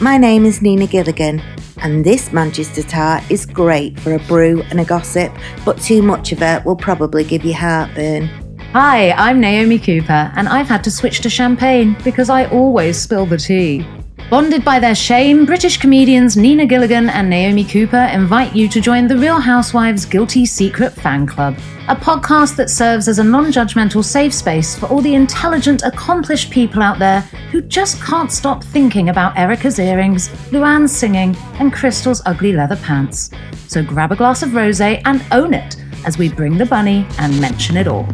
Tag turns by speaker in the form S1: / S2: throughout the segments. S1: My name is Nina Gilligan, and this Manchester tart is great for a brew and a gossip, but too much of it will probably give you heartburn.
S2: Hi, I'm Naomi Cooper, and I've had to switch to champagne because I always spill the tea. Bonded by their shame, British comedians Nina Gilligan and Naomi Cooper invite you to join the Real Housewives Guilty Secret Fan Club, a podcast that serves as a non judgmental safe space for all the intelligent, accomplished people out there who just can't stop thinking about Erica's earrings, Luann's singing, and Crystal's ugly leather pants. So grab a glass of rose and own it as we bring the bunny and mention it all.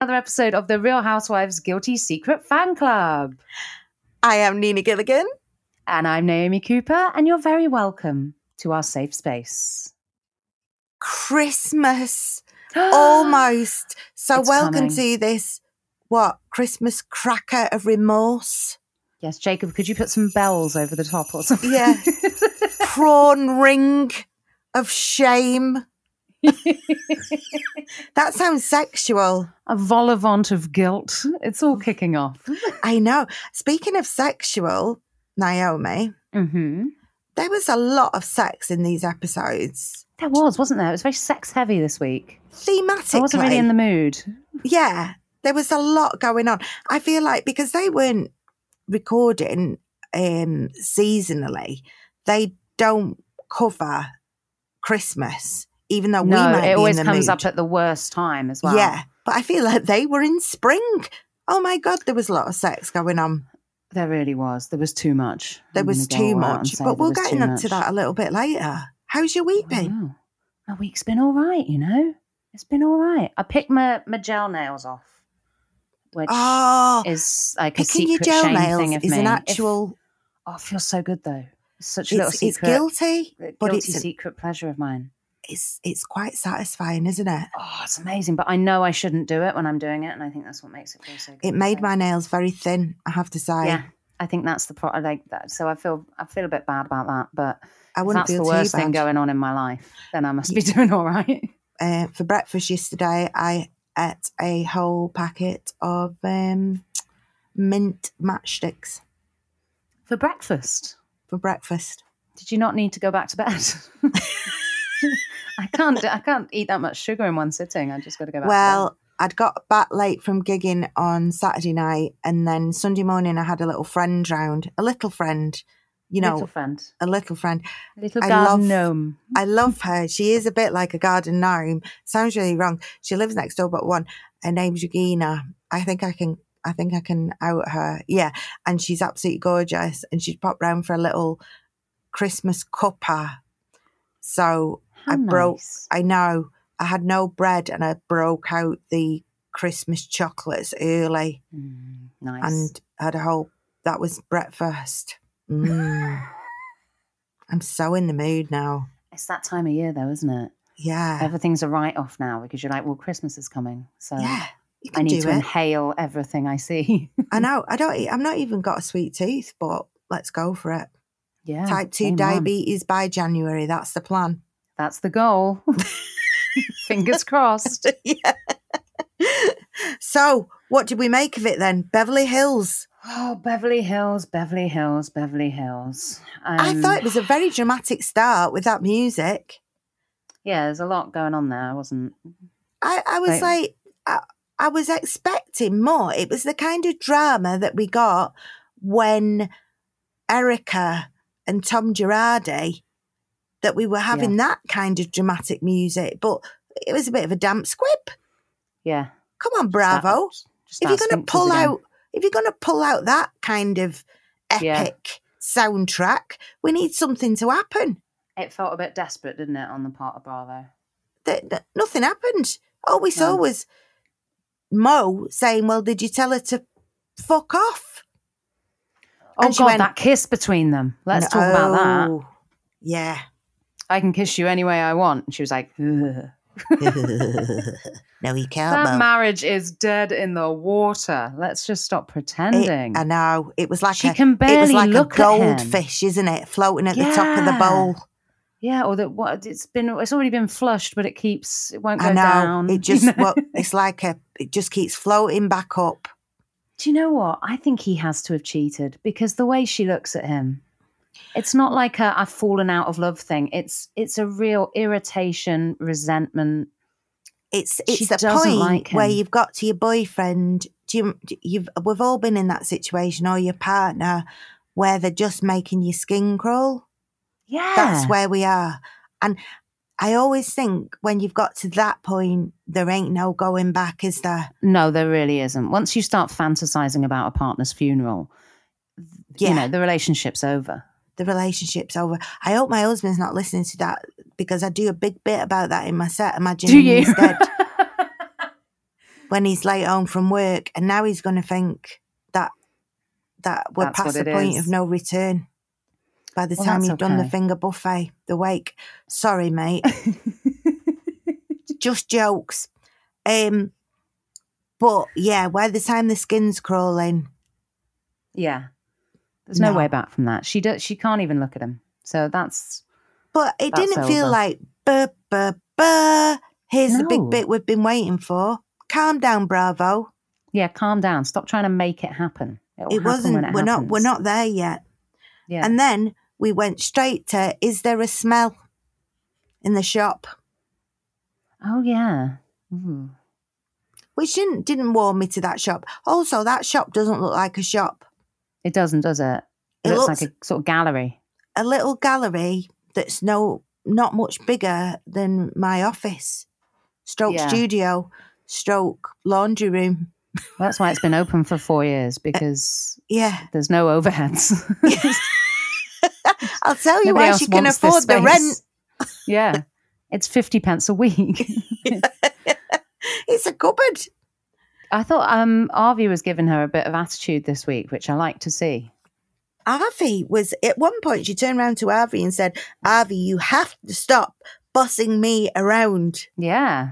S2: Another episode of the Real Housewives Guilty Secret Fan Club.
S1: I am Nina Gilligan.
S2: And I'm Naomi Cooper, and you're very welcome to our safe space.
S1: Christmas Oh almost. So,
S2: It's
S1: welcome
S2: coming.
S1: to this what Christmas cracker of remorse,
S2: Yes, Jacob, could you put some bells over the top or something?
S1: Yeah. prawn ring of shame. That sounds sexual.
S2: A vol avant of guilt. It's all kicking off.
S1: I know. Speaking of sexual, Naomi,
S2: hmm
S1: there was a lot of sex in these episodes.
S2: There was, wasn't there? It was very sex heavy this week.
S1: Thematically,
S2: I wasn't really in the mood.
S1: yeah, there was a lot going on. I feel like because they weren't recording um, seasonally, they don't cover Christmas, even though Uh, we
S2: no,
S1: might be
S2: it always
S1: in the
S2: comes
S1: mood.
S2: up at the worst time as well.
S1: Yeah, but I feel like they were in spring. Oh my god, there was a lot of sex going on.
S2: There really was. There was too much.
S1: There
S2: I'm
S1: was
S2: gonna go
S1: too
S2: all out and
S1: much, but
S2: say there
S1: we'll
S2: was
S1: get
S2: too
S1: into
S2: much.
S1: that a little bit later. How's your week been?
S2: Wow. My week's been all right, you know. It's been all right. I picked my, my gel nails off, which
S1: Oh,
S2: is like a
S1: picking your
S2: secret
S1: gel
S2: shame thing
S1: nails
S2: of
S1: is
S2: me.
S1: an
S2: If-
S1: actual.
S2: oh, it feels so good though. It's such a little
S1: It's, it's
S2: secret,
S1: guilty,
S2: guilty
S1: but it's a-
S2: secret pleasure of mine.
S1: it's it's quite satisfying, isn't it?
S2: Oh, it's amazing. But I know I shouldn't do it when I'm doing it, and I think that's what makes it feel so good.
S1: It made
S2: So,
S1: my nails very thin. I have to say,
S2: yeah. I think that's the pro. I like that. So I feel I feel a bit bad about that, but
S1: I
S2: if
S1: wouldn't
S2: that's
S1: feel
S2: the
S1: too
S2: worst
S1: bad.
S2: thing going on in my life. Then I must be doing all right.
S1: uh, for breakfast yesterday, I ate a whole packet of um, mint matchsticks
S2: For breakfast.
S1: for breakfast.
S2: did you not need to go back to bed? I can't. do- I can't eat that much sugar in one sitting. I just got to go back.
S1: Well, I'd got back late from gigging on Saturday night, and then Sunday morning I had a little friend round, a little friend, you
S2: to bed.
S1: know,
S2: little friend,
S1: a little friend.
S2: little
S1: I love-
S2: garden gnome.
S1: I love her. She is a bit like a garden gnome. Sounds really wrong. She lives next door but one. Her name's Regina. I think I can I think I can out her. Yeah. And she's absolutely gorgeous. And she'd pop round for a little Christmas cuppa. So
S2: How
S1: I broke-
S2: nice.
S1: I know I had no bread and I broke out the Christmas chocolates early
S2: Mm, nice.
S1: and had a whole that was breakfast. Mm. I'm so in the mood now.
S2: it's that time of year, though, isn't it?
S1: Yeah.
S2: Everything's a write-off now because you're like, well, Christmas is coming, so
S1: Yeah, you
S2: I
S1: can
S2: need
S1: do
S2: to
S1: it.
S2: inhale everything I see.
S1: I know. I don't. e- I've not even got a sweet tooth, but let's go for it.
S2: yeah.
S1: Type two
S2: same on.
S1: diabetes by January. That's the plan.
S2: That's the goal. Fingers crossed.
S1: yeah. so, what did we make of it then? Beverly Hills.
S2: Oh, Beverly Hills, Beverly Hills, Beverly Hills.
S1: I
S2: Um,
S1: thought it was a very dramatic start with that music.
S2: yeah, there's a lot going on there. I wasn't
S1: I, I was
S2: Right.
S1: like, I, I was expecting more. It was the kind of drama that we got when Erica and Tom Girardi, that we were having that kind of dramatic music, but it was a bit of a damp squib.
S2: Yeah.
S1: Come on,
S2: that-
S1: Bravo!
S2: just
S1: if
S2: that
S1: you're going to
S2: sphincters
S1: pull
S2: again.
S1: out, if you're going to pull out that kind of epic
S2: Yeah.
S1: soundtrack, we need something to happen.
S2: it felt a bit desperate, didn't it, on the part of Bravo?
S1: That, that- nothing happened. All we saw
S2: No.
S1: was Mo saying, "Well, did you tell her to fuck off?"
S2: Oh
S1: And she
S2: god,
S1: went-
S2: that kiss between them. Let's talk about that.
S1: No. Yeah.
S2: I can kiss you any way I want. And she was like, "Ugh."
S1: no, he can't.
S2: that
S1: Mo.
S2: marriage is dead in the water. Let's just stop pretending.
S1: It, I know. It was like
S2: she
S1: a,
S2: can barely
S1: it was like
S2: look
S1: a
S2: at him.
S1: goldfish, isn't it, floating at the top of the
S2: Yeah.
S1: bowl?
S2: Yeah, or that what it's been it's already been flushed, but it keeps it won't go
S1: I know
S2: down.
S1: it
S2: you
S1: just
S2: know?
S1: well, it's like a it just keeps floating back up.
S2: Do you know what? I think he has to have cheated because the way she looks at him, it's not like a I've fallen out of love thing. It's it's a real irritation, resentment.
S1: It's
S2: She
S1: it's the
S2: doesn't
S1: point
S2: like
S1: where
S2: him.
S1: you've got to your boyfriend. Do you, do you've we've all been in that situation or your partner where they're just making your skin crawl.
S2: Yeah.
S1: That's where we are. And I always think when you've got to that point, there ain't no going back, is there?
S2: No, there really isn't. Once you start fantasizing about a partner's funeral,
S1: Yeah,
S2: you know, the relationship's over.
S1: the relationship's over. I hope my husband's not listening to that because I do a big bit about that in my set. Imagine
S2: Do
S1: him
S2: you?
S1: instead when he's late home from work, and now he's going to think that that we're
S2: That's
S1: past
S2: what
S1: the
S2: it
S1: point
S2: is.
S1: of no return. By the
S2: Well,
S1: time
S2: that's
S1: you've done the
S2: okay.
S1: finger buffet, the wake. Sorry, mate. just jokes. Um, but yeah, by the time the skin's crawling,
S2: yeah. There's no,
S1: No.
S2: way back from that. She does she can't even look at him. So that's
S1: but it
S2: That's
S1: didn't feel
S2: over.
S1: like buh buh buh. Here's the
S2: No.
S1: big bit we've been waiting for. Calm down, Bravo.
S2: yeah, calm down. Stop trying to make it happen. It'll
S1: it
S2: happen when
S1: wasn't.
S2: it
S1: we're not. We're
S2: happens.
S1: not there yet.
S2: Yeah.
S1: And then we went straight to: Is there a smell in the shop?
S2: oh yeah.
S1: Mm-hmm.
S2: Ooh.
S1: Which didn't didn't warm me to that shop. Also, that shop doesn't look like a shop.
S2: It doesn't, does it?
S1: It
S2: It, looks,
S1: looks-
S2: like a sort of gallery.
S1: A little gallery that's no not much bigger than my office, stroke
S2: Yeah.
S1: studio, stroke laundry room.
S2: Well, that's why it's been open for four years because
S1: Yeah,
S2: there's no overheads.
S1: Oh, I'll tell you
S2: Nobody
S1: why
S2: else
S1: she can
S2: wants this
S1: afford the rent.
S2: space. yeah. It's 50 pence a week.
S1: It's a cupboard.
S2: I thought um, Arvi was giving her a bit of attitude this week, which I like to see.
S1: Avi was at one point she turned around to Avi and said, "Avi, you have to stop bossing me around."
S2: Yeah.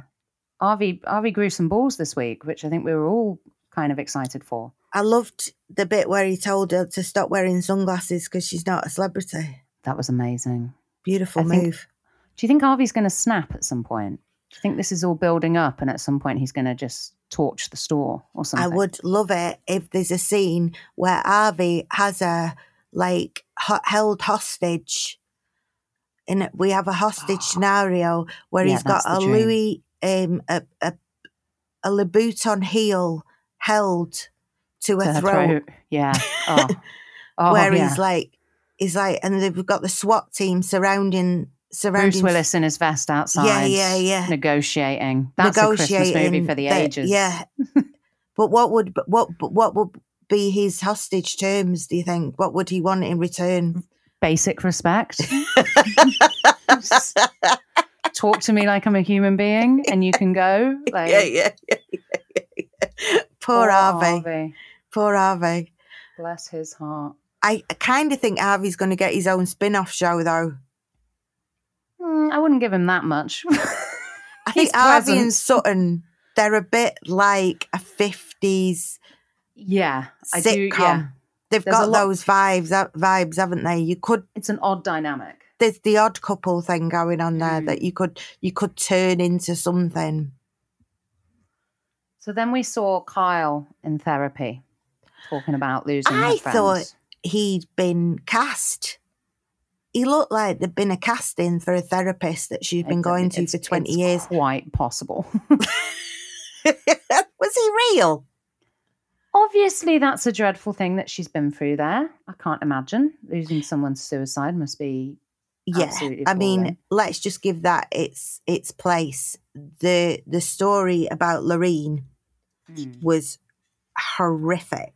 S2: Arvi, Arvi grew some balls this week, which I think we were all kind of excited for.
S1: I loved the bit where he told her to stop wearing sunglasses because she's not a celebrity.
S2: That was amazing.
S1: Beautiful
S2: I think-
S1: move.
S2: Do you think Arvi's going to snap at some point? Do you think this is all building up and at some point he's going to just torch the store or something?
S1: I would love it if there's a scene where Avi has a like ho- held hostage, and we have a hostage scenario where
S2: Ah. Yeah,
S1: he's got
S2: that's
S1: a
S2: the dream.
S1: Louis, um, a a a Louboutin heel held to a
S2: To her
S1: throat,
S2: throat. Yeah. Oh. Oh,
S1: where
S2: yeah.
S1: he's like, he's like, and they've got the SWAT team surrounding
S2: Bruce
S1: surrounding
S2: Willis in his vest outside.
S1: yeah, yeah.
S2: Negotiating. That's a Christmas movie for the
S1: but-
S2: ages.
S1: Yeah, but what would but what but what would be his hostage terms? Do you think? What would he want in return?
S2: Basic respect. Just Talk to me like I'm a human being and you can go. Like, oh,
S1: yeah, yeah, yeah, yeah. Poor Harvey.
S2: Harvey.
S1: Poor Harvey.
S2: Bless his heart.
S1: I kind of think Harvey's going to get his own spin-off show, though.
S2: Mm, I wouldn't give him that much.
S1: I think
S2: He's
S1: Harvey
S2: present.
S1: and Sutton, they're a bit like a fifties.
S2: yeah. I do.
S1: Sitcom.
S2: Yeah.
S1: They've
S2: There's a
S1: got
S2: lot-
S1: those vibes, uh, vibes, haven't they? You could
S2: It's an odd dynamic.
S1: there's the odd couple thing going on there
S2: Mm.
S1: that you could you could turn into something.
S2: So then we saw Kyle in therapy talking about losing her
S1: I
S2: friends.
S1: thought- He'd been cast. He looked like there'd been a casting for a therapist that she'd been
S2: It's-
S1: going to
S2: it's-
S1: for twenty
S2: it's
S1: years.
S2: Quite possible.
S1: Was he real?
S2: Obviously, that's a dreadful thing that she's been through there. I can't imagine losing someone to suicide must be.
S1: Yeah.
S2: Absolutely
S1: I mean,
S2: appalling.
S1: let's just give that its its place. The the story about Loreen
S2: Mm.
S1: was horrific.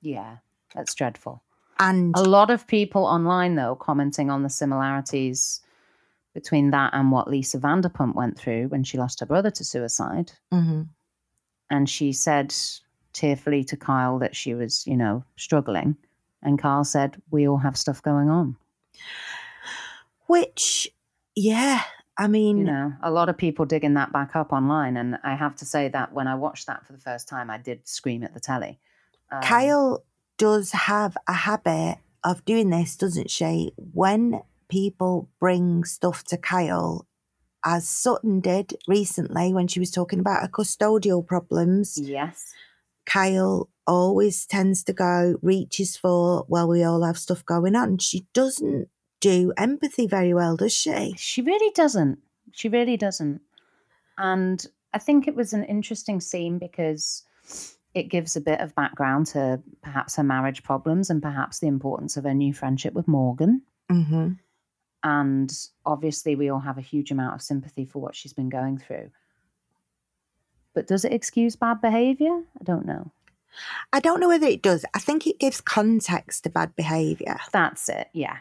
S2: Hmm. Yeah, that's dreadful.
S1: And
S2: A lot of people online, though, commenting on the similarities between that and what Lisa Vanderpump went through when she lost her brother to suicide.
S1: Mhm.
S2: And she said tearfully to Kyle that she was, you know, struggling. And Kyle said, We all have stuff going on.
S1: which yeah, I mean
S2: you know a lot of people digging that back up online and i have to say that when i watched that for the first time i did scream at the telly Um,
S1: Kyle does have a habit of doing this, doesn't she? When people bring stuff to Kyle, as Sutton did recently when she was talking about her custodial problems.
S2: Yes.
S1: Kyle always tends to go, reaches for, well, we all have stuff going on. She doesn't do empathy very well, does she?
S2: She really doesn't. She really doesn't. And I think it was an interesting scene because it gives a bit of background to perhaps her marriage problems and perhaps the importance of her new friendship with Morgan.
S1: Mm-hmm.
S2: And obviously, we all have a huge amount of sympathy for what she's been going through. But does it excuse bad behavior? I don't know.
S1: I don't know whether it does. I think it gives context to bad behaviour.
S2: That's it. Yeah.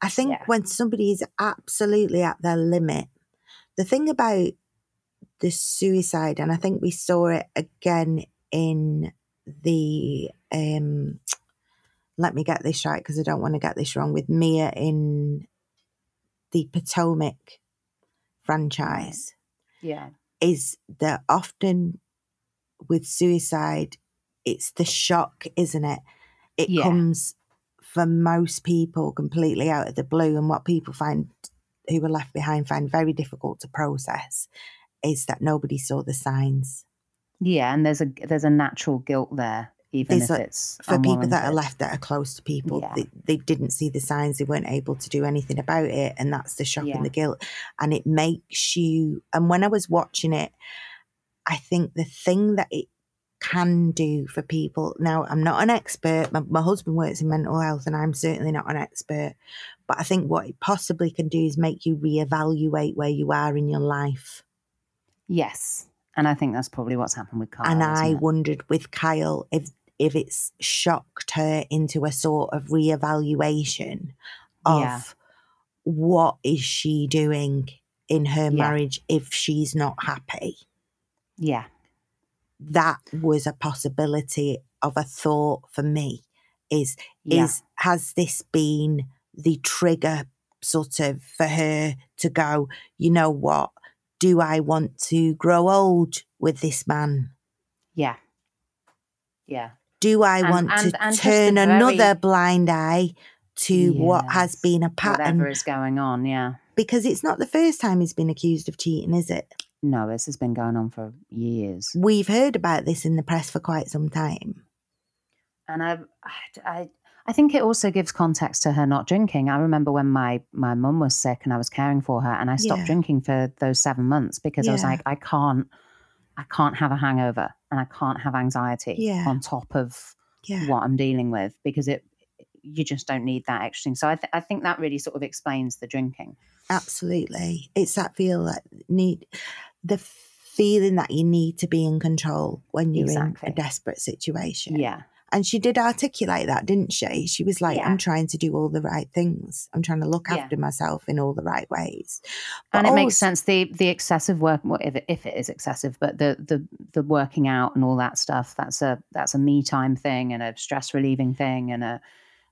S1: I think
S2: Yeah.
S1: when somebody is absolutely at their limit, the thing about the suicide, and I think we saw it again in the um let me get this right because I don't want to get this wrong with Mia in the Potomac franchise
S2: Yeah.
S1: is that often with suicide, it's the shock, isn't it? It
S2: Yeah.
S1: comes for most people completely out of the blue. And what people find who were left behind find very difficult to process is that nobody saw the signs.
S2: Yeah. And there's a there's a natural guilt there, even
S1: There's
S2: if
S1: a-
S2: it's
S1: For people that are
S2: unwarranted.
S1: left that are close to people,
S2: Yeah.
S1: they, they didn't see the signs, they weren't able to do anything about it. And that's the shock
S2: Yeah.
S1: and the guilt. And it makes you. And when I was watching it, I think the thing that it can do for people now, I'm not an expert. My, my husband works in mental health, and I'm certainly not an expert. But I think what it possibly can do is make you reevaluate where you are in your life.
S2: Yes. And I think that's probably what's happened with Carl.
S1: and
S2: Oh, isn't
S1: I
S2: it?
S1: wondered with Kyle if if it's shocked her into a sort of reevaluation of
S2: Yeah.
S1: what is she doing in her
S2: Yeah.
S1: marriage if she's not happy.
S2: Yeah.
S1: That was a possibility of a thought for me. Is
S2: Yeah.
S1: is has this been the trigger sort of for her to go? You know what? Do I want to grow old with this man?
S2: yeah. Yeah.
S1: do I
S2: And-
S1: want
S2: and-
S1: to
S2: and just the
S1: turn another
S2: very-
S1: blind eye to what has
S2: Yes.
S1: been a pattern?
S2: Whatever is going on. Yeah.
S1: Because it's not the first time he's been accused of cheating, is it?
S2: No, this has been going on for years.
S1: We've heard about this in the press for quite some time.
S2: and I, I, I think it also gives context to her not drinking. I remember when my my mum was sick and I was caring for her, and I stopped
S1: Yeah.
S2: drinking for those seven months because I was
S1: Yeah.
S2: like, I can't, I can't have a hangover and I can't have anxiety
S1: Yeah.
S2: on top of
S1: Yeah.
S2: what I'm dealing with because it, you just don't need that extra thing. So I, th- I think that really sort of explains the drinking.
S1: Absolutely. It's that feel that need the feeling that you need to be in control when you're
S2: Exactly.
S1: in a desperate situation.
S2: Yeah,
S1: And she did articulate that, didn't she? She was like,
S2: Yeah.
S1: I'm trying to do all the right things. I'm trying to look
S2: Yeah.
S1: after myself in all the right ways. But
S2: and it makes
S1: also-
S2: sense the the excessive work well, if it, if it is excessive but the the the working out and all that stuff that's a that's a me time thing and a stress relieving thing and a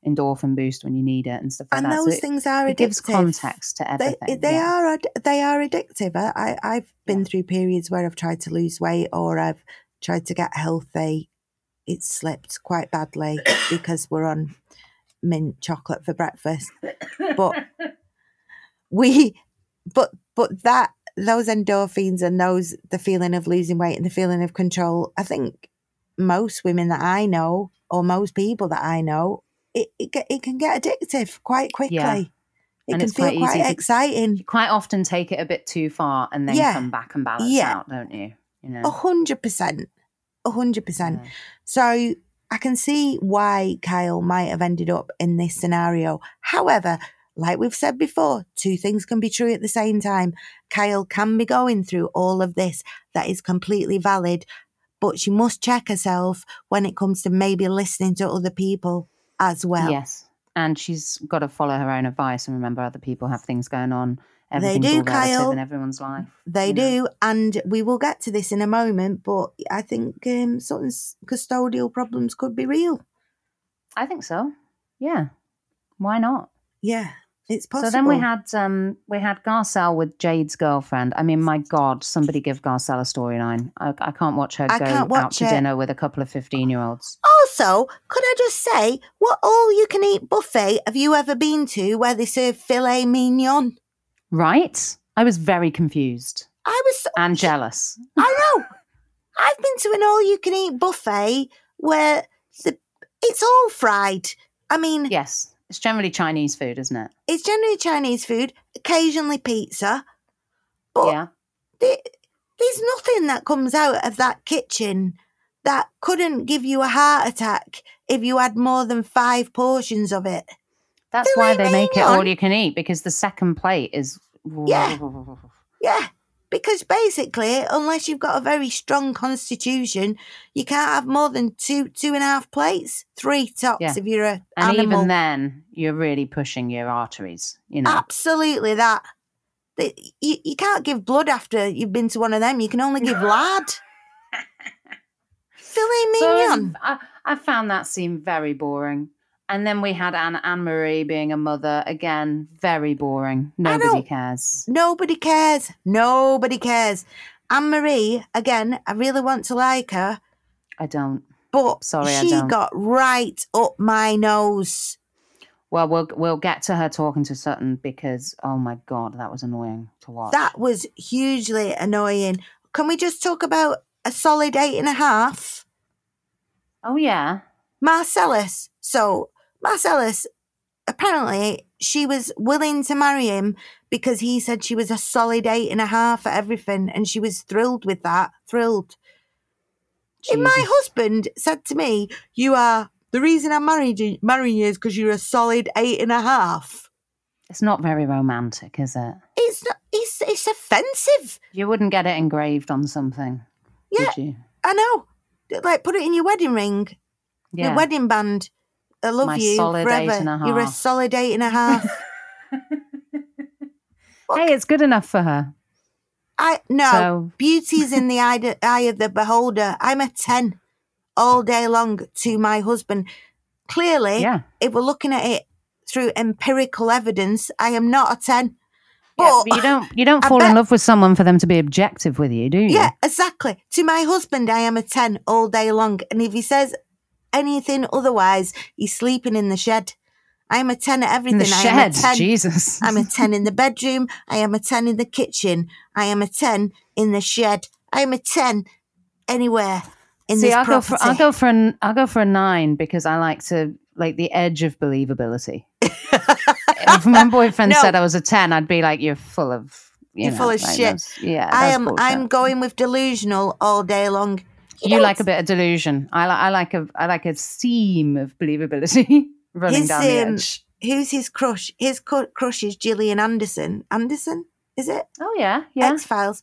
S2: endorphin boost when you need it and stuff like
S1: And
S2: that So
S1: those
S2: it,
S1: things are
S2: it gives
S1: addictive.
S2: context to
S1: They,
S2: everything
S1: they
S2: yeah.
S1: are ad- they are addictive. I, I I've been
S2: Yeah.
S1: through periods where I've tried to lose weight or I've tried to get healthy. It slipped quite badly because we're on mint chocolate for breakfast. But we, but but that those endorphins and those the feeling of losing weight and the feeling of control. I think most women that I know or most people that I know, it it, get, it can get addictive quite quickly. It
S2: And
S1: can
S2: it's
S1: feel
S2: quite
S1: quite,
S2: easy to-
S1: exciting.
S2: you quite often take it a bit too far and then
S1: Yeah.
S2: come back and balance
S1: Yeah. Oh,
S2: out don't you you know
S1: A hundred percent. A hundred percent.
S2: Yeah.
S1: So I can see why Kyle might have ended up in this scenario. However, like we've said before, two things can be true at the same time. Kyle can be going through all of this. That is completely valid. But she must check herself when it comes to maybe listening to other people as well.
S2: yes and she's got to follow her own advice and remember other people have things going on
S1: They
S2: Everything's
S1: do,
S2: all relative
S1: Kyle.
S2: in everyone's life
S1: They
S2: you know.
S1: do, and we will get to this in a moment. But I think um, Sutton's custodial problems could be real.
S2: I think so. Yeah. Why not?
S1: Yeah, It's possible.
S2: So then we had um, we had Garcelle with Jade's girlfriend. I mean, my God, somebody give Garcelle a storyline. I, I can't watch her
S1: I
S2: go
S1: can't
S2: out
S1: watch
S2: to
S1: it.
S2: dinner with a couple of fifteen-year-olds.
S1: Also, could I just say, what all you can eat buffet have you ever been to where they serve filet mignon?
S2: Right? I was very confused
S1: I was,
S2: and jealous.
S1: I know, I've been to an all you can eat buffet where the, it's all fried. I mean,
S2: Yes, it's generally Chinese food, isn't it?
S1: it's generally Chinese food, occasionally pizza, but
S2: yeah.
S1: the- there's nothing that comes out of that kitchen that couldn't give you a heart attack if you had more than five portions of it.
S2: That's
S1: do
S2: why
S1: we
S2: they make it
S1: mean
S2: all
S1: on-
S2: you can eat because the second plate is.
S1: Yeah. Yeah, because basically, unless you've got a very strong constitution, you can't have more than two, two and a half plates, three tops
S2: Yeah.
S1: if you're a
S2: And
S1: animal.
S2: even then, you're really pushing your arteries, you know.
S1: Absolutely, that. that- You, you can't give blood after you've been to one of them. You can only give lard. Filet
S2: So I was-
S1: mignon.
S2: I, I found that scene very boring. And then we had Anne Anne Marie being a mother again, very boring. Nobody
S1: don't-
S2: cares.
S1: Nobody cares. Nobody cares. Anne Marie, again, I really want to like her,
S2: I don't.
S1: but
S2: Sorry, I
S1: she
S2: don't.
S1: got right up my nose.
S2: Well, we'll we'll get to her talking to Sutton because oh my god, that was annoying to watch.
S1: That was hugely annoying. Can we just talk about a solid eight and a half?
S2: oh yeah,
S1: Marcellus. So, Marcellus, apparently, she was willing to marry him because he said she was a solid eight and a half at everything, and she was thrilled with that. Thrilled. If my
S2: Jesus.
S1: husband said to me, "You are the reason I'm married you, marrying you is because you're a solid eight and a half,"
S2: it's not very romantic, is it?
S1: it's not, it's it's offensive.
S2: You wouldn't get it engraved on something,
S1: Yeah.
S2: would you?
S1: I know. Like put it in your wedding ring, your wedding band. I love
S2: My
S1: you
S2: solid eight
S1: forever.
S2: and a
S1: You're a
S2: half.
S1: solid eight and a half.
S2: Hey, it's good enough for her.
S1: I no
S2: So
S1: beauty's in the eye, d- eye of the beholder. I'm a ten all day long to my husband. Clearly,
S2: yeah,
S1: if we're looking at it through empirical evidence, I am not a ten.
S2: Yeah,
S1: But
S2: but you don't you don't
S1: I
S2: fall in
S1: bet-
S2: love with someone for them to be objective with you, do you?
S1: Yeah, exactly. To my husband, I am a 10 all day long. And if he says anything otherwise, he's sleeping in the shed. I am a 10 at everything.
S2: in the
S1: I am a
S2: shed,
S1: 10.
S2: Jesus.
S1: I'm a 10 in the bedroom. I am a 10 in the kitchen. I am a 10 in the shed. I am a 10 anywhere in
S2: See,
S1: this
S2: I'll
S1: property.
S2: go for I'll go for an I'll go for a nine because I like to like the edge of believability. if my boyfriend
S1: No.
S2: said I was a ten, I'd be like, "You're full of you
S1: You're
S2: know,
S1: full of
S2: like,
S1: shit."
S2: that's- yeah,
S1: I
S2: that's
S1: am
S2: bullshit.
S1: I'm going with delusional all day long.
S2: You
S1: know,
S2: like a bit of delusion. I like I like a I like a seam of believability running
S1: His,
S2: down the
S1: um,
S2: edge.
S1: who's his crush? His cu- crush is Gillian Anderson. Anderson, is it?
S2: Oh yeah, yeah.
S1: X Files.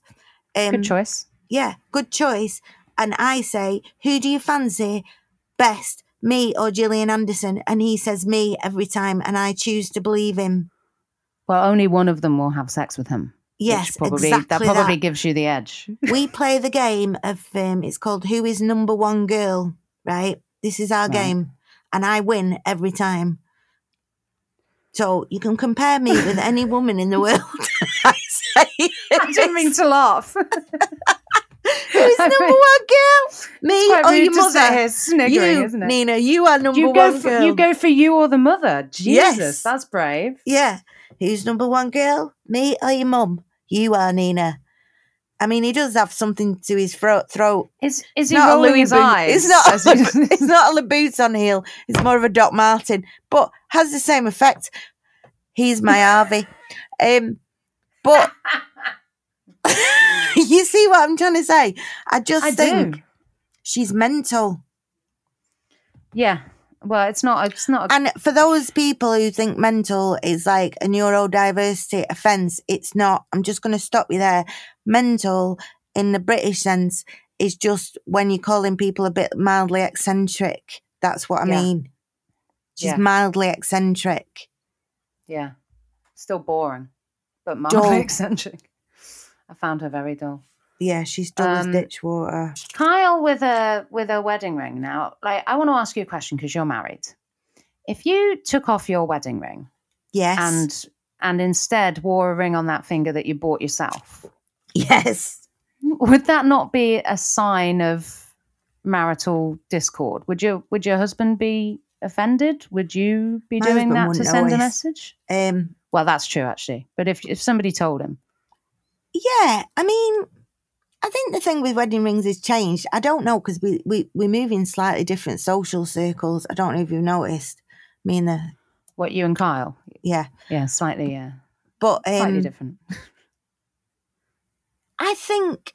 S2: Good choice.
S1: Yeah, good choice. And I say, who do you fancy best, me or Gillian Anderson? And he says me every time, and I choose to believe him.
S2: Well, only one of them will have sex with him. which
S1: Yes,
S2: probably
S1: exactly
S2: that probably
S1: that.
S2: gives you the edge.
S1: we play the game of um, it's called Who is Number One Girl, right? This is our
S2: Right.
S1: game, and I win every time. So you can compare me with any woman in the world. I say,
S2: I didn't mean to laugh.
S1: who's
S2: I
S1: number
S2: mean-
S1: one girl? Me
S2: Quite
S1: or Oh,
S2: rude
S1: your
S2: to sit
S1: mother?
S2: here sniggering,
S1: you,
S2: isn't it?
S1: Nina, you are number
S2: you go
S1: one
S2: for
S1: girl.
S2: you go for you or the mother. Jesus,
S1: Yes.
S2: that's brave.
S1: Yeah. Who's number one girl? Me or your mum? You are, Nina. I mean, he does have something to his throat. throat.
S2: Is is he
S1: Not a
S2: rolling
S1: Louis
S2: his
S1: Vuitton-
S2: eyes?
S1: It's not-
S2: as he-
S1: It's not a Le Boots on heel. It's more of a Doc Martin, but has the same effect. He's my Harvey. Um, but you see what I'm trying to say? I just
S2: I
S1: think
S2: do.
S1: she's mental.
S2: Yeah. Well, it's not. It's not. A,
S1: And for those people who think mental is like a neurodiversity offence, it's not. I'm just going to stop you there. Mental, in the British sense, is just when you're calling people a bit mildly eccentric. That's what I
S2: Yeah.
S1: mean. She's
S2: Yeah.
S1: mildly eccentric.
S2: yeah. Still boring, but
S1: Dull.
S2: mildly eccentric. I found her very dull.
S1: Yeah, she's dull
S2: Um,
S1: as ditch water.
S2: Kyle with a with a wedding ring. Now, like, I want to ask you a question because you're married. If you took off your wedding ring
S1: Yes.
S2: and and instead wore a ring on that finger that you bought yourself,
S1: yes.
S2: would that not be a sign of marital discord? Would your would your husband be offended? Would you be
S1: My
S2: doing
S1: husband
S2: that to
S1: wouldn't
S2: send a
S1: notice.
S2: message?
S1: Um.
S2: Well, that's true actually. But if if somebody told him,
S1: Yeah. I mean, I think the thing with wedding rings has changed. I don't know because we we we move in slightly different social circles. I don't know if you've noticed. Me and the
S2: what you and Kyle,
S1: yeah,
S2: yeah, slightly, yeah,
S1: but
S2: slightly
S1: um,
S2: different.
S1: I think,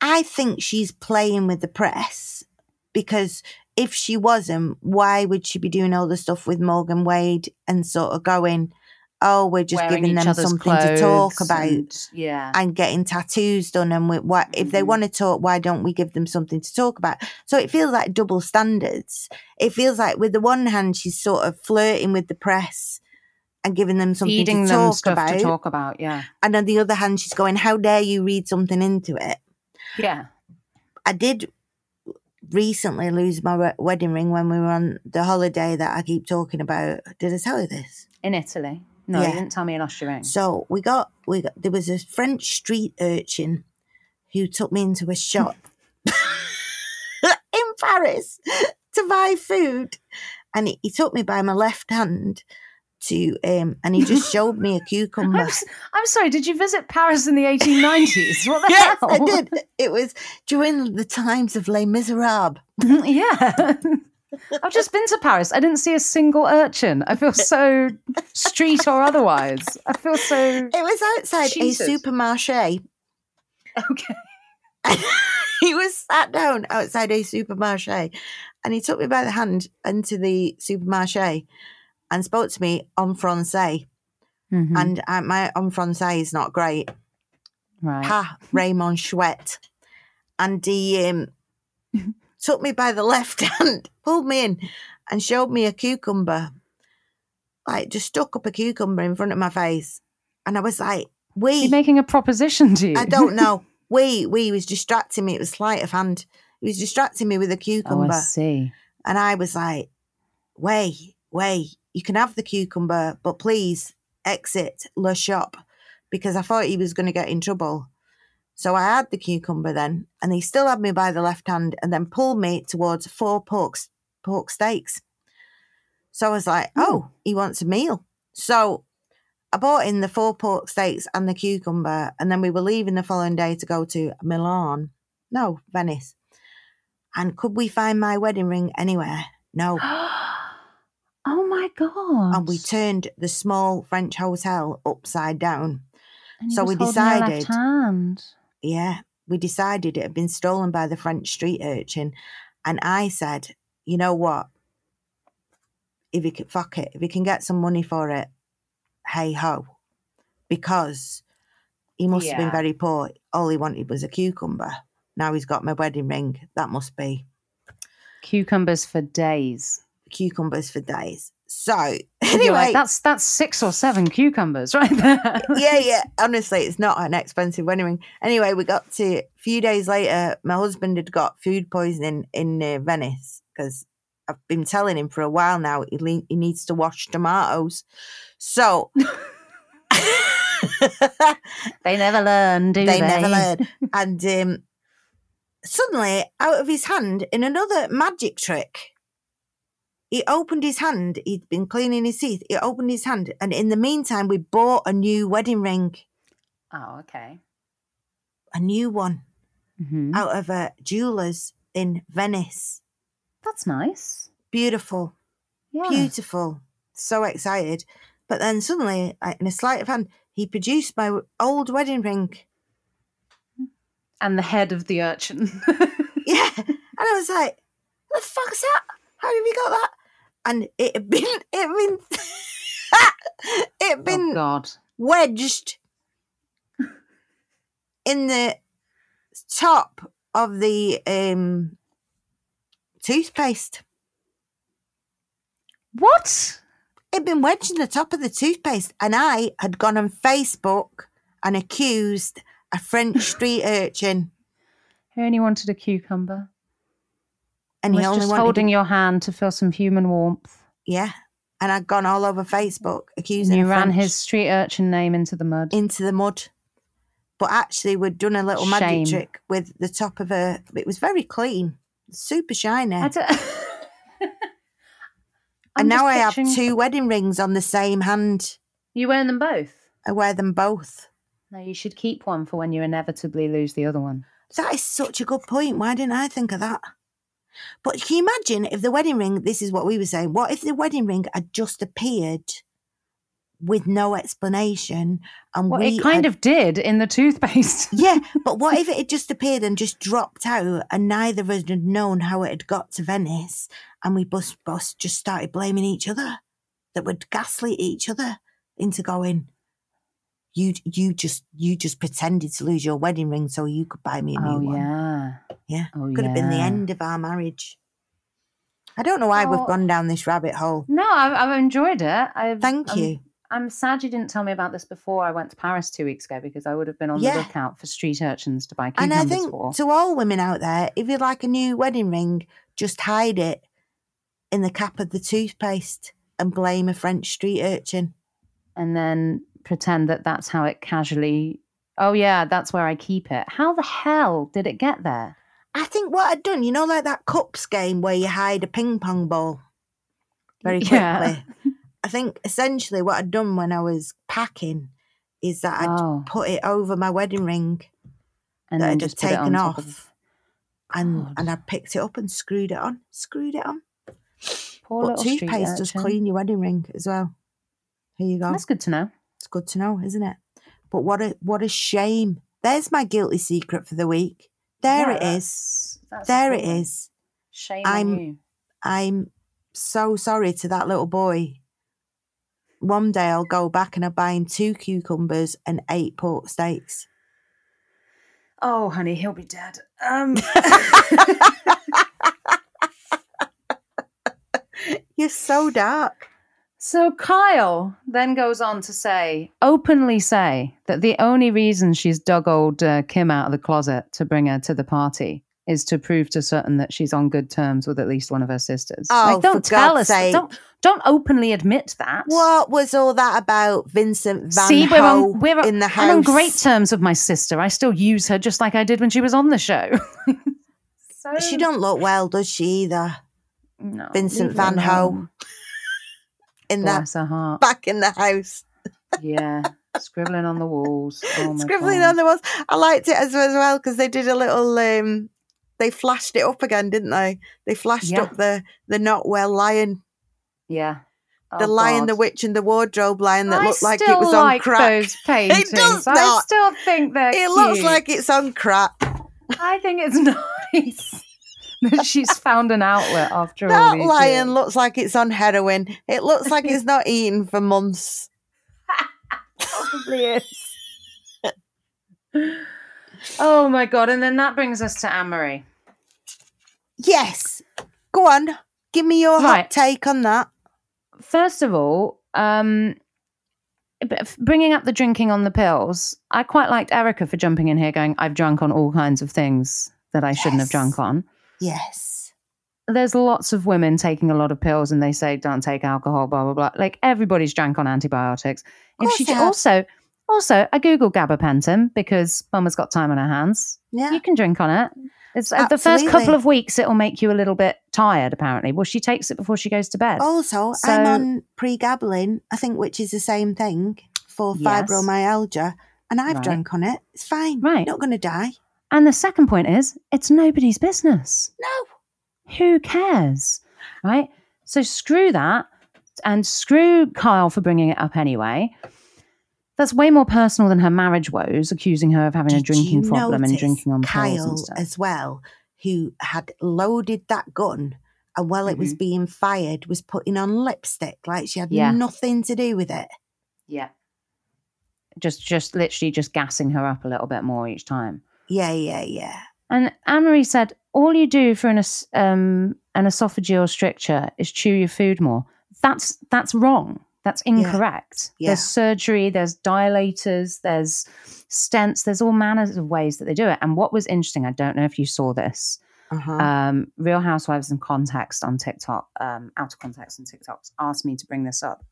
S1: I think she's playing with the press because if she wasn't, why would she be doing all the stuff with Morgan Wade and sort of going, oh, we're just
S2: Wearing
S1: giving
S2: each
S1: them
S2: other's
S1: something to talk
S2: clothes
S1: about and,
S2: and- yeah,
S1: getting tattoos done and we, why, if they
S2: Mhm.
S1: want to talk, why don't we give them something to talk about? So it feels like double standards. It feels like with the one hand, she's sort of flirting with the press. And giving them something
S2: feeding
S1: to,
S2: them
S1: talk
S2: stuff
S1: about,
S2: to talk about. Yeah,
S1: and on the other hand, she's going, "How dare you read something into it?"
S2: yeah.
S1: I did recently lose my we- wedding ring when we were on the holiday that I keep talking about. Did I tell you this?
S2: In Italy, no, you
S1: Yeah.
S2: didn't tell me you lost your ring.
S1: So we got we got, there was a French street urchin who took me into a shop in Paris to buy food, and he, he took me by my left hand to um, and he just showed me a cucumber.
S2: I'm, s- I'm sorry. Did you visit Paris in the 1890s? What the
S1: Yes,
S2: hell?
S1: I did. It was during the times of Les Miserables.
S2: yeah. I've just been to Paris. I didn't see a single urchin. I feel so street or otherwise. I feel so
S1: It was outside
S2: Jesus.
S1: a supermarché.
S2: okay.
S1: he was sat down outside a supermarché and he took me by the hand into the supermarché and spoke to me en français.
S2: And
S1: And uh, my en français is not great.
S2: right.
S1: Pa Raymond Chouette. And he um, took me by the left hand, pulled me in, and showed me a cucumber. Like, just stuck up a cucumber in front of my face. And I was like, we.
S2: He making a proposition to you.
S1: I don't know. Wee, wee was distracting me. It was sleight of hand. He was distracting me with a
S2: Oh, I
S1: cucumber.
S2: see.
S1: and I was like, way, way, you can have the cucumber, but please exit Le Shop because I thought he was going to get in trouble. So I had the cucumber then, and he still had me by the left hand and then pulled me towards four pork, pork steaks. So I was like, oh, he wants a meal. So I bought in the four pork steaks and the cucumber, and then we were leaving the following day to go to Milan. No, Venice. And could we find my wedding ring anywhere? No.
S2: oh my god.
S1: And we turned the small French hotel upside down.
S2: And he
S1: so
S2: was
S1: we
S2: holding your left
S1: decided-
S2: hand.
S1: Yeah, we decided it had been stolen by the French street urchin. And I said, you know what? If he can fuck it, if he can get some money for it, hey ho. Because he must have
S2: Yeah.
S1: been very poor. All he wanted was a cucumber. Now he's got my wedding ring. That must be
S2: Cucumbers for days.
S1: cucumbers for days. So
S2: You're like,
S1: anyway,
S2: that's that's six or seven cucumbers right there.
S1: yeah, yeah. Honestly, it's not an expensive wedding ring. Anyway, we got to a few days later. My husband had got food poisoning in uh, Venice because I've been telling him for a while now he, le- he needs to wash tomatoes. So
S2: They never learn, do
S1: they
S2: they?
S1: never learn. And um, suddenly, out of his hand, in another magic trick, he opened his hand. He'd been cleaning his teeth. He opened his hand, and in the meantime, we bought a new wedding ring,
S2: Oh, okay.
S1: a new one.
S2: Mhm.
S1: out of a jeweler's in Venice.
S2: That's nice.
S1: Beautiful,
S2: Yeah.
S1: beautiful. So excited. But then suddenly, like, in a sleight of hand, he produced my w- old wedding ring.
S2: and the head of the urchin.
S1: Yeah. and I was like, what the fuck's that? How have you got that? And it had been, it had been, it had
S2: oh,
S1: been
S2: God.
S1: wedged in the top of the um, toothpaste.
S2: What?
S1: It'd been wedged in the top of the toothpaste, and I had gone on Facebook and accused a French street urchin,
S2: He only wanted a cucumber.
S1: and he
S2: was
S1: only
S2: just
S1: wanted
S2: holding your hand to feel some human warmth.
S1: yeah, and I'd gone all over Facebook accusing
S2: You
S1: the
S2: ran
S1: French
S2: his street urchin name into the mud.
S1: into the mud. But actually, we'd done a little
S2: Shame.
S1: magic trick with the top of a. It was very clean, super shiny,
S2: I don't- I'm
S1: and now
S2: just
S1: I have
S2: picturing-
S1: two wedding rings on the same hand.
S2: You earn them both.
S1: I wear them both.
S2: No, you should keep one for when you inevitably lose the other one.
S1: That is such a good point. Why didn't I think of that? But can you imagine if the wedding ring, this is what we were saying, what if the wedding ring had just appeared with no explanation and
S2: Well,
S1: we
S2: it
S1: had-
S2: kind of did in the toothpaste.
S1: Yeah, but what if it had just appeared and just dropped out and neither of us had known how it had got to Venice and we bus bus just started blaming each other that would gaslight each other into going you you just you just pretended to lose your wedding ring so you could buy me a
S2: oh
S1: new one.
S2: yeah.
S1: Yeah.
S2: Oh
S1: Could have been the
S2: yeah.
S1: end of our marriage. I don't know why
S2: Oh.
S1: we've gone down this rabbit hole.
S2: No, um, I've, I've enjoyed it. I've,
S1: Thank
S2: I'm-
S1: you.
S2: I'm sad you didn't tell me about this before I went to Paris two weeks ago because I would have been on
S1: Yeah.
S2: the lookout for street urchins to buy
S1: And
S2: cucumbers
S1: I think
S2: for.
S1: to all women out there, if you'd like a new wedding ring, just hide it in the cap of the toothpaste and blame a French street urchin.
S2: and then pretend that that's how it casually. Oh yeah, that's where I keep it. How the hell did it get there?
S1: I think what I'd done, you know, like that cups game where you hide a ping pong ball very quickly.
S2: Yeah.
S1: I think essentially what I'd done when I was packing is that I'd
S2: oh,
S1: put it over my wedding ring
S2: and
S1: that
S2: then
S1: I'd
S2: just
S1: just
S2: put it on
S1: taken
S2: top of-
S1: off. And,
S2: God.
S1: and I picked it up and screwed it on. Screwed it on.
S2: Poor
S1: but
S2: little street
S1: toothpaste does
S2: urchin.
S1: clean your wedding ring as well. Here you go.
S2: That's good to know.
S1: It's good to know, isn't it? But what a what a shame. There's my guilty secret for the week. There
S2: Yeah,
S1: it is.
S2: that's- that's a
S1: There
S2: cool
S1: it
S2: one.
S1: is.
S2: Shame on
S1: I'm-
S2: you.
S1: I'm so sorry to that little boy. One day I'll go back and I'll buy him two cucumbers and eight pork steaks.
S2: Oh, honey, he'll be dead. Um,
S1: You're so dark.
S2: so Kyle then goes on to say, openly say that the only reason she's dug old uh, Kim out of the closet to bring her to the party is to prove to certain that she's on good terms with at least one of her sisters.
S1: Oh,
S2: Like, don't
S1: for
S2: tell
S1: God's
S2: us.
S1: sake.
S2: Don't don't openly admit that.
S1: What was all that about, Vincent Van
S2: See, we're
S1: Ho
S2: on we're on,
S1: in the house?
S2: I'm on great terms with my sister. I still use her just like I did when she was on the show. so
S1: She don't look well, does she either?
S2: no,
S1: Vincent
S2: leave her
S1: Van Ho.
S2: alone.
S1: In that
S2: Bless her heart.
S1: back in the house.
S2: yeah, scribbling on the walls. Oh my
S1: scribbling
S2: God.
S1: on the walls. I liked it as, as well because they did a little. Um, they flashed it up again, didn't they? They flashed
S2: Yeah.
S1: up the the not well lion,
S2: Yeah. Oh,
S1: the lion, the
S2: God.
S1: witch, and the wardrobe lion that
S2: I
S1: looked like it
S2: still
S1: was
S2: like
S1: on crack.
S2: Those paintings.
S1: does
S2: I
S1: not.
S2: still think they're
S1: It looks
S2: cute.
S1: like it's on crack.
S2: I think it's nice that she's found an outlet after all.
S1: That
S2: these
S1: lion
S2: years.
S1: looks like it's on heroin. It looks like it's not eaten for months.
S2: probably is. oh my god! And then that brings us to Anne Marie.
S1: Yes, go on. Give me your
S2: Right.
S1: hot take on that.
S2: first of all, um, b- f- bringing up the drinking on the pills, I quite liked Erica for jumping in here, going, "I've drunk on all kinds of things that I shouldn't have
S1: Yes.
S2: drunk on."
S1: Yes.
S2: There's lots of women taking a lot of pills, and they say, "Don't take alcohol," blah blah blah. Like everybody's drank on antibiotics. If
S1: course they
S2: she j-
S1: have.
S2: also, also, I googled gabapentin because Mum has got time on her hands.
S1: Yeah.
S2: You can drink on it. It's uh, the first couple
S1: Absolutely.
S2: of weeks it'll make you a little bit tired, apparently. Well, she takes it before she goes to bed.
S1: Also,
S2: So-
S1: I'm on pregabalin, I think, which is the same thing for
S2: Yes.
S1: fibromyalgia, and I've
S2: Right.
S1: drank on it. It's fine.
S2: Right.
S1: Not going to die.
S2: And the second point is, it's nobody's business.
S1: No.
S2: Who cares? Right? So screw that and screw Kyle for bringing it up anyway. That's way more personal than her marriage woes, accusing her of having a
S1: Did
S2: drinking
S1: you
S2: problem and
S1: notice
S2: drinking on pills and
S1: Kyle
S2: stuff.
S1: as well, who had loaded that gun and while it was being fired, was putting on lipstick like she had
S2: Mm-hmm. Yeah.
S1: nothing to do with it.
S2: yeah. Just just literally just gassing her up a little bit more each time.
S1: Yeah, yeah, yeah.
S2: And Anne-Marie said, all you do for an, es- um, an esophageal stricture is chew your food more. That's that's wrong. That's incorrect.
S1: Yeah.
S2: There's surgery, there's dilators, there's stents, there's all manners of ways that they do it. And what was interesting, I don't know if you saw this,
S1: Uh-huh.
S2: um, Real Housewives in Context on TikTok, um, Out of Context on TikTok, asked me to bring this up.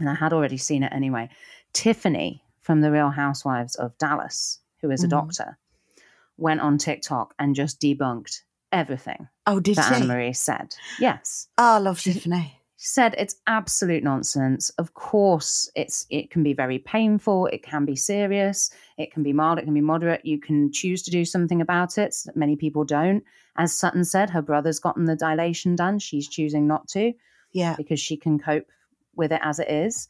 S2: And I had already seen it anyway. Tiffany from The Real Housewives of Dallas, who is a
S1: Mhm.
S2: doctor, went on TikTok and just debunked everything
S1: oh, did
S2: that Anna
S1: she?
S2: Marie said. Yes.
S1: Oh, I love
S2: She-
S1: Tiffany.
S2: She said it's absolute nonsense. Of course, it's it can be very painful, it can be serious, it can be mild, it can be moderate. You can choose to do something about it. S- Many people don't. As Sutton said, her brother's gotten the dilation done. She's choosing not to
S1: Yeah.
S2: because she can cope with it as it is.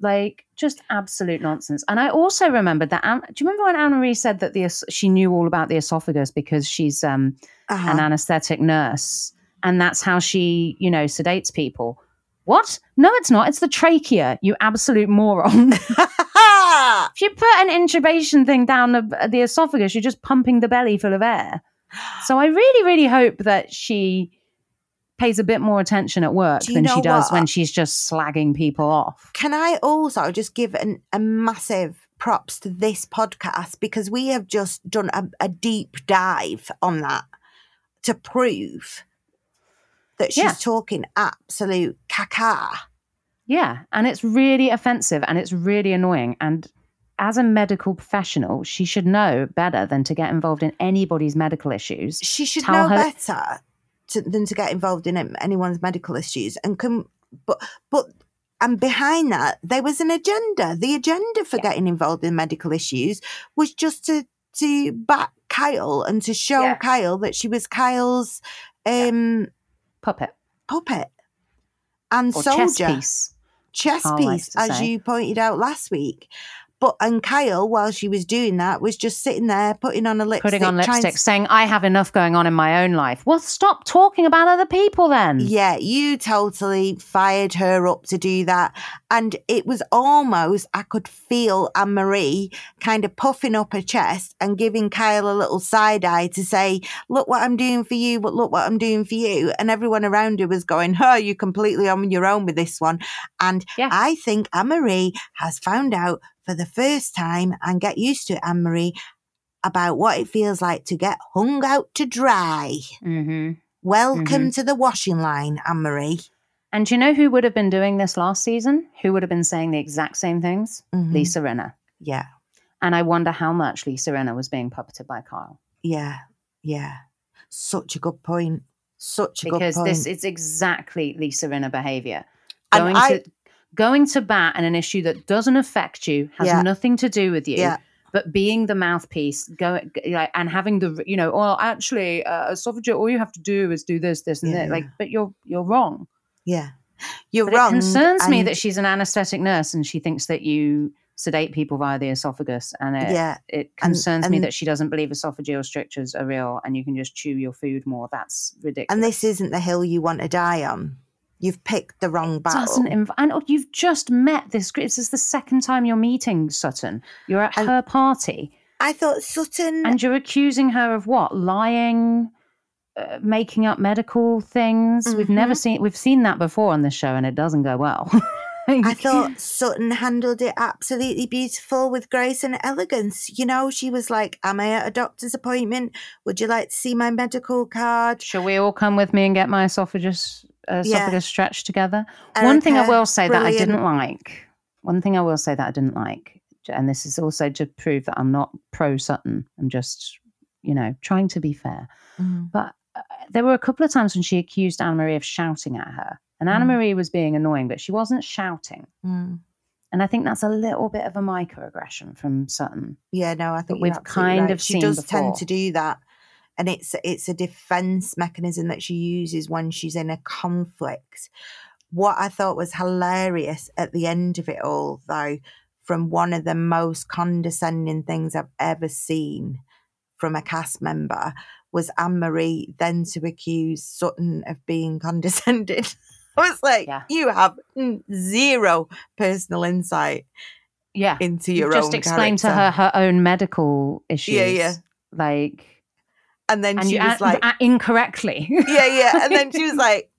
S2: Like just absolute nonsense. And I also remembered that. Ann- Do you remember when Anne Marie said that the es- she knew all about the esophagus because she's um,
S1: Uh-huh.
S2: an anesthetic nurse and that's how she you know sedates people what no it's not it's the trachea you absolute moron if you put an intubation thing down the, the esophagus you're just pumping the belly full of air so i really really hope that she pays a bit more attention at work
S1: Do you
S2: than she
S1: know
S2: does
S1: what?
S2: when she's just slagging people off
S1: Can I also just give an, a massive props to this podcast because we have just done a, a deep dive on that to prove that she's
S2: Yeah.
S1: talking absolute caca.
S2: yeah and it's really offensive and it's really annoying and as a medical professional she should know better than to get involved in anybody's medical issues
S1: She should
S2: Tell
S1: know
S2: her-
S1: better to, than to get involved in em- anyone's medical issues and can, but, but, and behind that, there was an agenda. The agenda for
S2: Yeah.
S1: getting involved in medical issues was just to, to back Kyle and to show
S2: Yeah.
S1: Kyle that she was Kyle's,
S2: Yeah.
S1: um,
S2: puppet
S1: puppet and
S2: or
S1: soldier
S2: chess piece.
S1: chess
S2: Carl likes
S1: piece,
S2: to
S1: as
S2: say.
S1: you pointed out last week. But and Kyle, while she was doing that, was just sitting there putting on a lipstick,
S2: Putting on
S1: trying-
S2: lipstick, saying, I have enough going on in my own life. Well, stop talking about other people then.
S1: Yeah, you totally fired her up to do that. And it was almost, I could feel Anne Marie kind of puffing up her chest and giving Kyle a little side eye to say, Look what I'm doing for you, but look what I'm doing for you. And everyone around her was going, Oh, you're completely on your own with this one. And
S2: Yeah.
S1: I think Anne Marie has found out for the first time and get used to it, Anne Marie, about what it feels like to get hung out to dry.
S2: hmm
S1: Welcome to the washing line, Anne Marie.
S2: And do you know who would have been doing this last season? Who would have been saying the exact same things?
S1: Mhm.
S2: Lisa Rinna.
S1: Yeah,
S2: And I wonder how much Lisa Rinna was being puppeted by Kyle.
S1: yeah, yeah. Such a good point. Such a
S2: Because
S1: good point.
S2: this is exactly Lisa Rinna behavior.
S1: And
S2: Going
S1: I-
S2: to going to bat in an issue that doesn't affect you, has
S1: Yeah.
S2: nothing to do with you.
S1: yeah,
S2: but being the mouthpiece go g- like and having the you know well actually uh, esophageal all you have to do is do this this and
S1: Yeah,
S2: that
S1: yeah.
S2: like but you're you're wrong
S1: yeah. You're
S2: but
S1: wrong.
S2: it concerns me
S1: and-
S2: that she's an anesthetic nurse and she thinks that you sedate people via the esophagus and it
S1: yeah,
S2: it
S1: and-
S2: concerns me
S1: and-
S2: that she doesn't believe esophageal strictures are real and you can just chew your food more that's ridiculous
S1: and this isn't the hill you want to die on. You've picked the wrong battle.
S2: doesn't inv- and oh, you've just met this gr- this is the second time you're meeting Sutton you're at
S1: And-
S2: her party
S1: I thought Sutton.
S2: And you're accusing her of what? Lying, uh, making up medical things. We've never
S1: Mhm.
S2: seen we've seen that before on this show, and it doesn't go well.
S1: I thought Sutton handled it absolutely beautiful with grace and elegance. You know, she was like, "Am I at a doctor's appointment? Would you like to see my medical card?"
S2: Shall we all come with me and get my esophagus uh, esophagus stretched together? One thing I
S1: Erica,
S2: will say that I
S1: brilliant.
S2: didn't like. One thing I will say that I didn't like, and this is also to prove that I'm not pro Sutton. I'm just, you know, trying to be fair.
S1: Mm,
S2: But uh, there were a couple of times when she accused Anna Marie of shouting at her, and Anna
S1: Mm.
S2: Marie was being annoying, but she wasn't shouting.
S1: mm.
S2: And I think that's a little bit of a microaggression from Sutton.
S1: Yeah, no, I think
S2: we've
S1: you're absolutely
S2: kind
S1: right.
S2: of
S1: she
S2: seen
S1: does
S2: before.
S1: tend to do that, and it's it's a defense mechanism that she uses when she's in a conflict. What I thought was hilarious at the end of it all, though, from one of the most condescending things I've ever seen from a cast member was Anne Marie then to accuse Sutton of being condescending. I was like,
S2: Yeah.
S1: you have mm, zero personal insight
S2: Yeah.
S1: into
S2: You've
S1: your
S2: just
S1: own
S2: explained to
S1: character.
S2: her her own medical issues.
S1: yeah.
S2: Like,
S1: And then
S2: and,
S1: she
S2: you
S1: was
S2: a-
S1: like,
S2: a- incorrectly.
S1: yeah, yeah. And then she was like,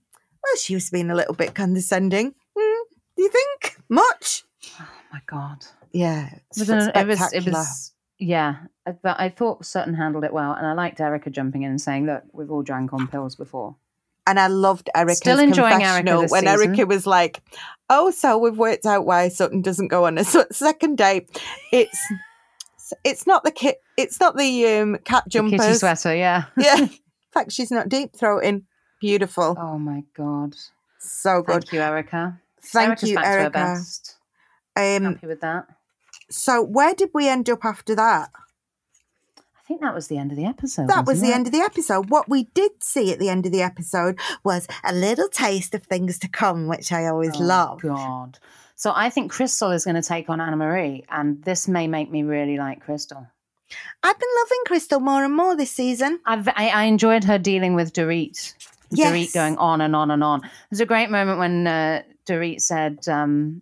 S1: well, she was being a little bit condescending. Mm, do you think much?
S2: oh my God.
S1: Yeah. it's
S2: It was,
S1: f-
S2: an- it was, it
S1: spectacular.
S2: was yeah, I- but I thought Sutton handled it well, and I liked Erica jumping in and saying, "Look, we've all drank on pills before."
S1: And I loved Erica's
S2: Still enjoying Erica
S1: confessional
S2: this
S1: when Erica
S2: season.
S1: was like, "Oh, so we've worked out why Sutton doesn't go on a se- second date. It's it's not the kit, it's not the um, cat
S2: The Kitty
S1: jumpers.
S2: sweater, yeah.
S1: yeah, in fact, she's not deep throating. Beautiful,
S2: Oh my god!
S1: so good.
S2: Thank you, Erica.
S1: Oh Thank
S2: Erica's
S1: you,
S2: back to her
S1: Erica.
S2: best.
S1: Um,
S2: Happy with that.
S1: so where did we end up after that?
S2: I think that was the end of the episode.
S1: That was
S2: wasn't
S1: the
S2: it?
S1: end of the episode. What we did see at the end of the episode was a little taste of things to come, which I always
S2: Oh,
S1: love.
S2: God. So I think Crystal is going to take on Anna Marie, and this may make me really like Crystal.
S1: I've been loving Crystal more and more this season.
S2: I've, I, I enjoyed her dealing with Dorit.
S1: Yes.
S2: Dorit going on and on and on. There's a great moment when uh, Dorit said um,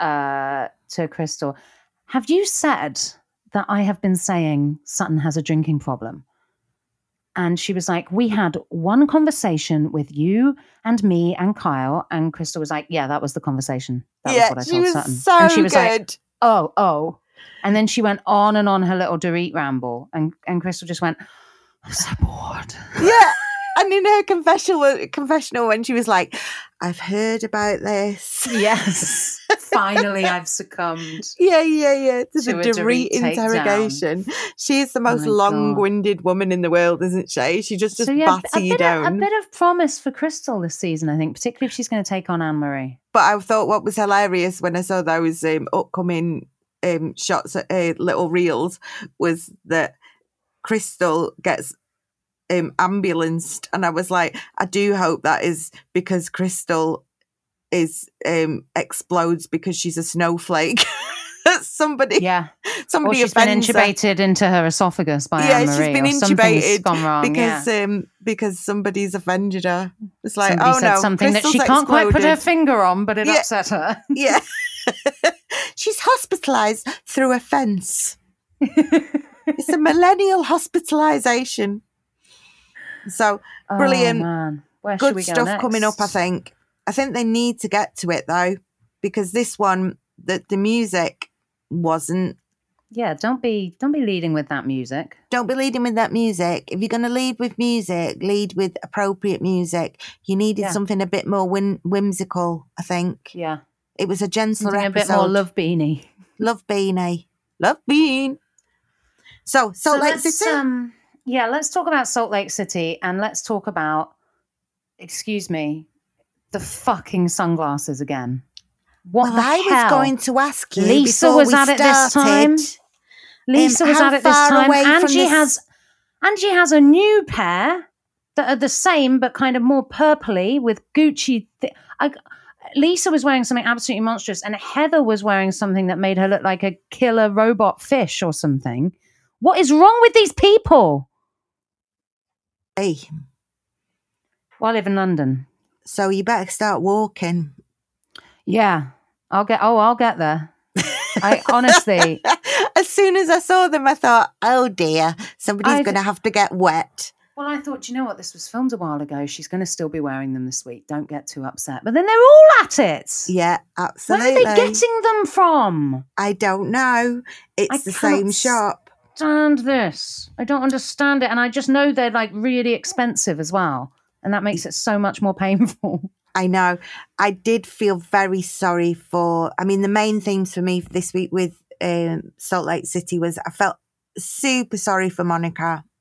S2: uh, to Crystal, Have you said that I have been saying Sutton has a drinking problem? And she was like, We had one conversation with you and me and Kyle. And Crystal was like, Yeah, that was the conversation. That
S1: yeah,
S2: was what I
S1: she
S2: told
S1: was
S2: Sutton.
S1: so
S2: and she was
S1: good.
S2: like, oh, oh. And then she went on and on her little Dorit ramble. And, and Crystal just went, I'm so bored.
S1: yeah. And in her confessional, confessional, when she was like, I've heard about this.
S2: Yes. Finally, I've succumbed.
S1: Yeah, yeah, yeah. To the
S2: To a Dorit
S1: Dorit
S2: takedown.
S1: interrogation. She is the
S2: my
S1: most
S2: God.
S1: long winded woman in the world, isn't she? She just, just
S2: so, yeah,
S1: batter
S2: a
S1: you
S2: bit,
S1: down.
S2: Of, a bit of promise for Crystal this season, I think, particularly if she's going to take on Anne Marie.
S1: but I thought what was hilarious when I saw those um, upcoming um, shots, uh, little reels, was that Crystal gets um, ambulanced, and I was like, I do hope that is because Crystal is um, explodes because she's a snowflake. somebody,
S2: Yeah. Or
S1: somebody
S2: she's been
S1: offends her
S2: intubated into her esophagus by
S1: Yeah,
S2: Anne
S1: she's
S2: Marie.
S1: been
S2: or something's
S1: intubated
S2: gone wrong. yeah.
S1: because um, because somebody's offended her. It's like,
S2: Somebody
S1: oh
S2: said
S1: no,
S2: something
S1: Crystal's
S2: that she can't quite put
S1: exploded.
S2: her finger on, but it
S1: Yeah.
S2: upset her.
S1: Yeah. She's hospitalized through a fence. It's a millennial hospitalization. So Brilliant.
S2: Oh, man. Where should
S1: good
S2: we go
S1: stuff coming up, I
S2: next?
S1: think. I think they need to get to it though, because this one the, the music wasn't.
S2: Yeah, don't be don't be leading with that music.
S1: Don't be leading with that music. If you're going to lead with music, lead with appropriate music. You needed
S2: Yeah.
S1: something a bit more whim- whimsical, I think.
S2: Yeah,
S1: It was a gentler
S2: something a
S1: episode.
S2: bit more love beanie.
S1: Love Beanie. Love Bean. So, so, like this is
S2: um, yeah, let's talk about Salt Lake City and let's talk about, excuse me, the fucking sunglasses again. What
S1: well,
S2: the
S1: I
S2: hell?
S1: was going to ask you.
S2: Lisa
S1: before
S2: was
S1: we
S2: at it this
S1: started,
S2: time. Lisa
S1: Um,
S2: was
S1: how
S2: at it this
S1: far
S2: time,
S1: away from
S2: and she
S1: this-
S2: has, and she has a new pair that are the same but kind of more purpley with Gucci. Th- I, Lisa was wearing something absolutely monstrous, and Heather was wearing something that made her look like a killer robot fish or something. What is wrong with these people?
S1: Hey,
S2: Well, I live in London.
S1: so you better start walking.
S2: Yeah, I'll get. Oh, I'll get there. I honestly,
S1: as soon as I saw them, I thought, oh dear, somebody's
S2: I'd-
S1: going to have to get wet.
S2: Well, I thought, you know what? This was filmed a while ago. She's going to still be wearing them this week. Don't get too upset. But then they're all at it.
S1: Yeah,
S2: Where
S1: absolutely.
S2: are they getting them from?
S1: I don't know. It's
S2: I
S1: the
S2: cannot
S1: same
S2: s-
S1: shop.
S2: Understand this? I don't understand it, and I just know they're like really expensive as well, and that makes it so much more painful.
S1: I know. I did feel very sorry for. I mean, the main themes for me this week with um, Salt Lake City was I felt super sorry for Monica.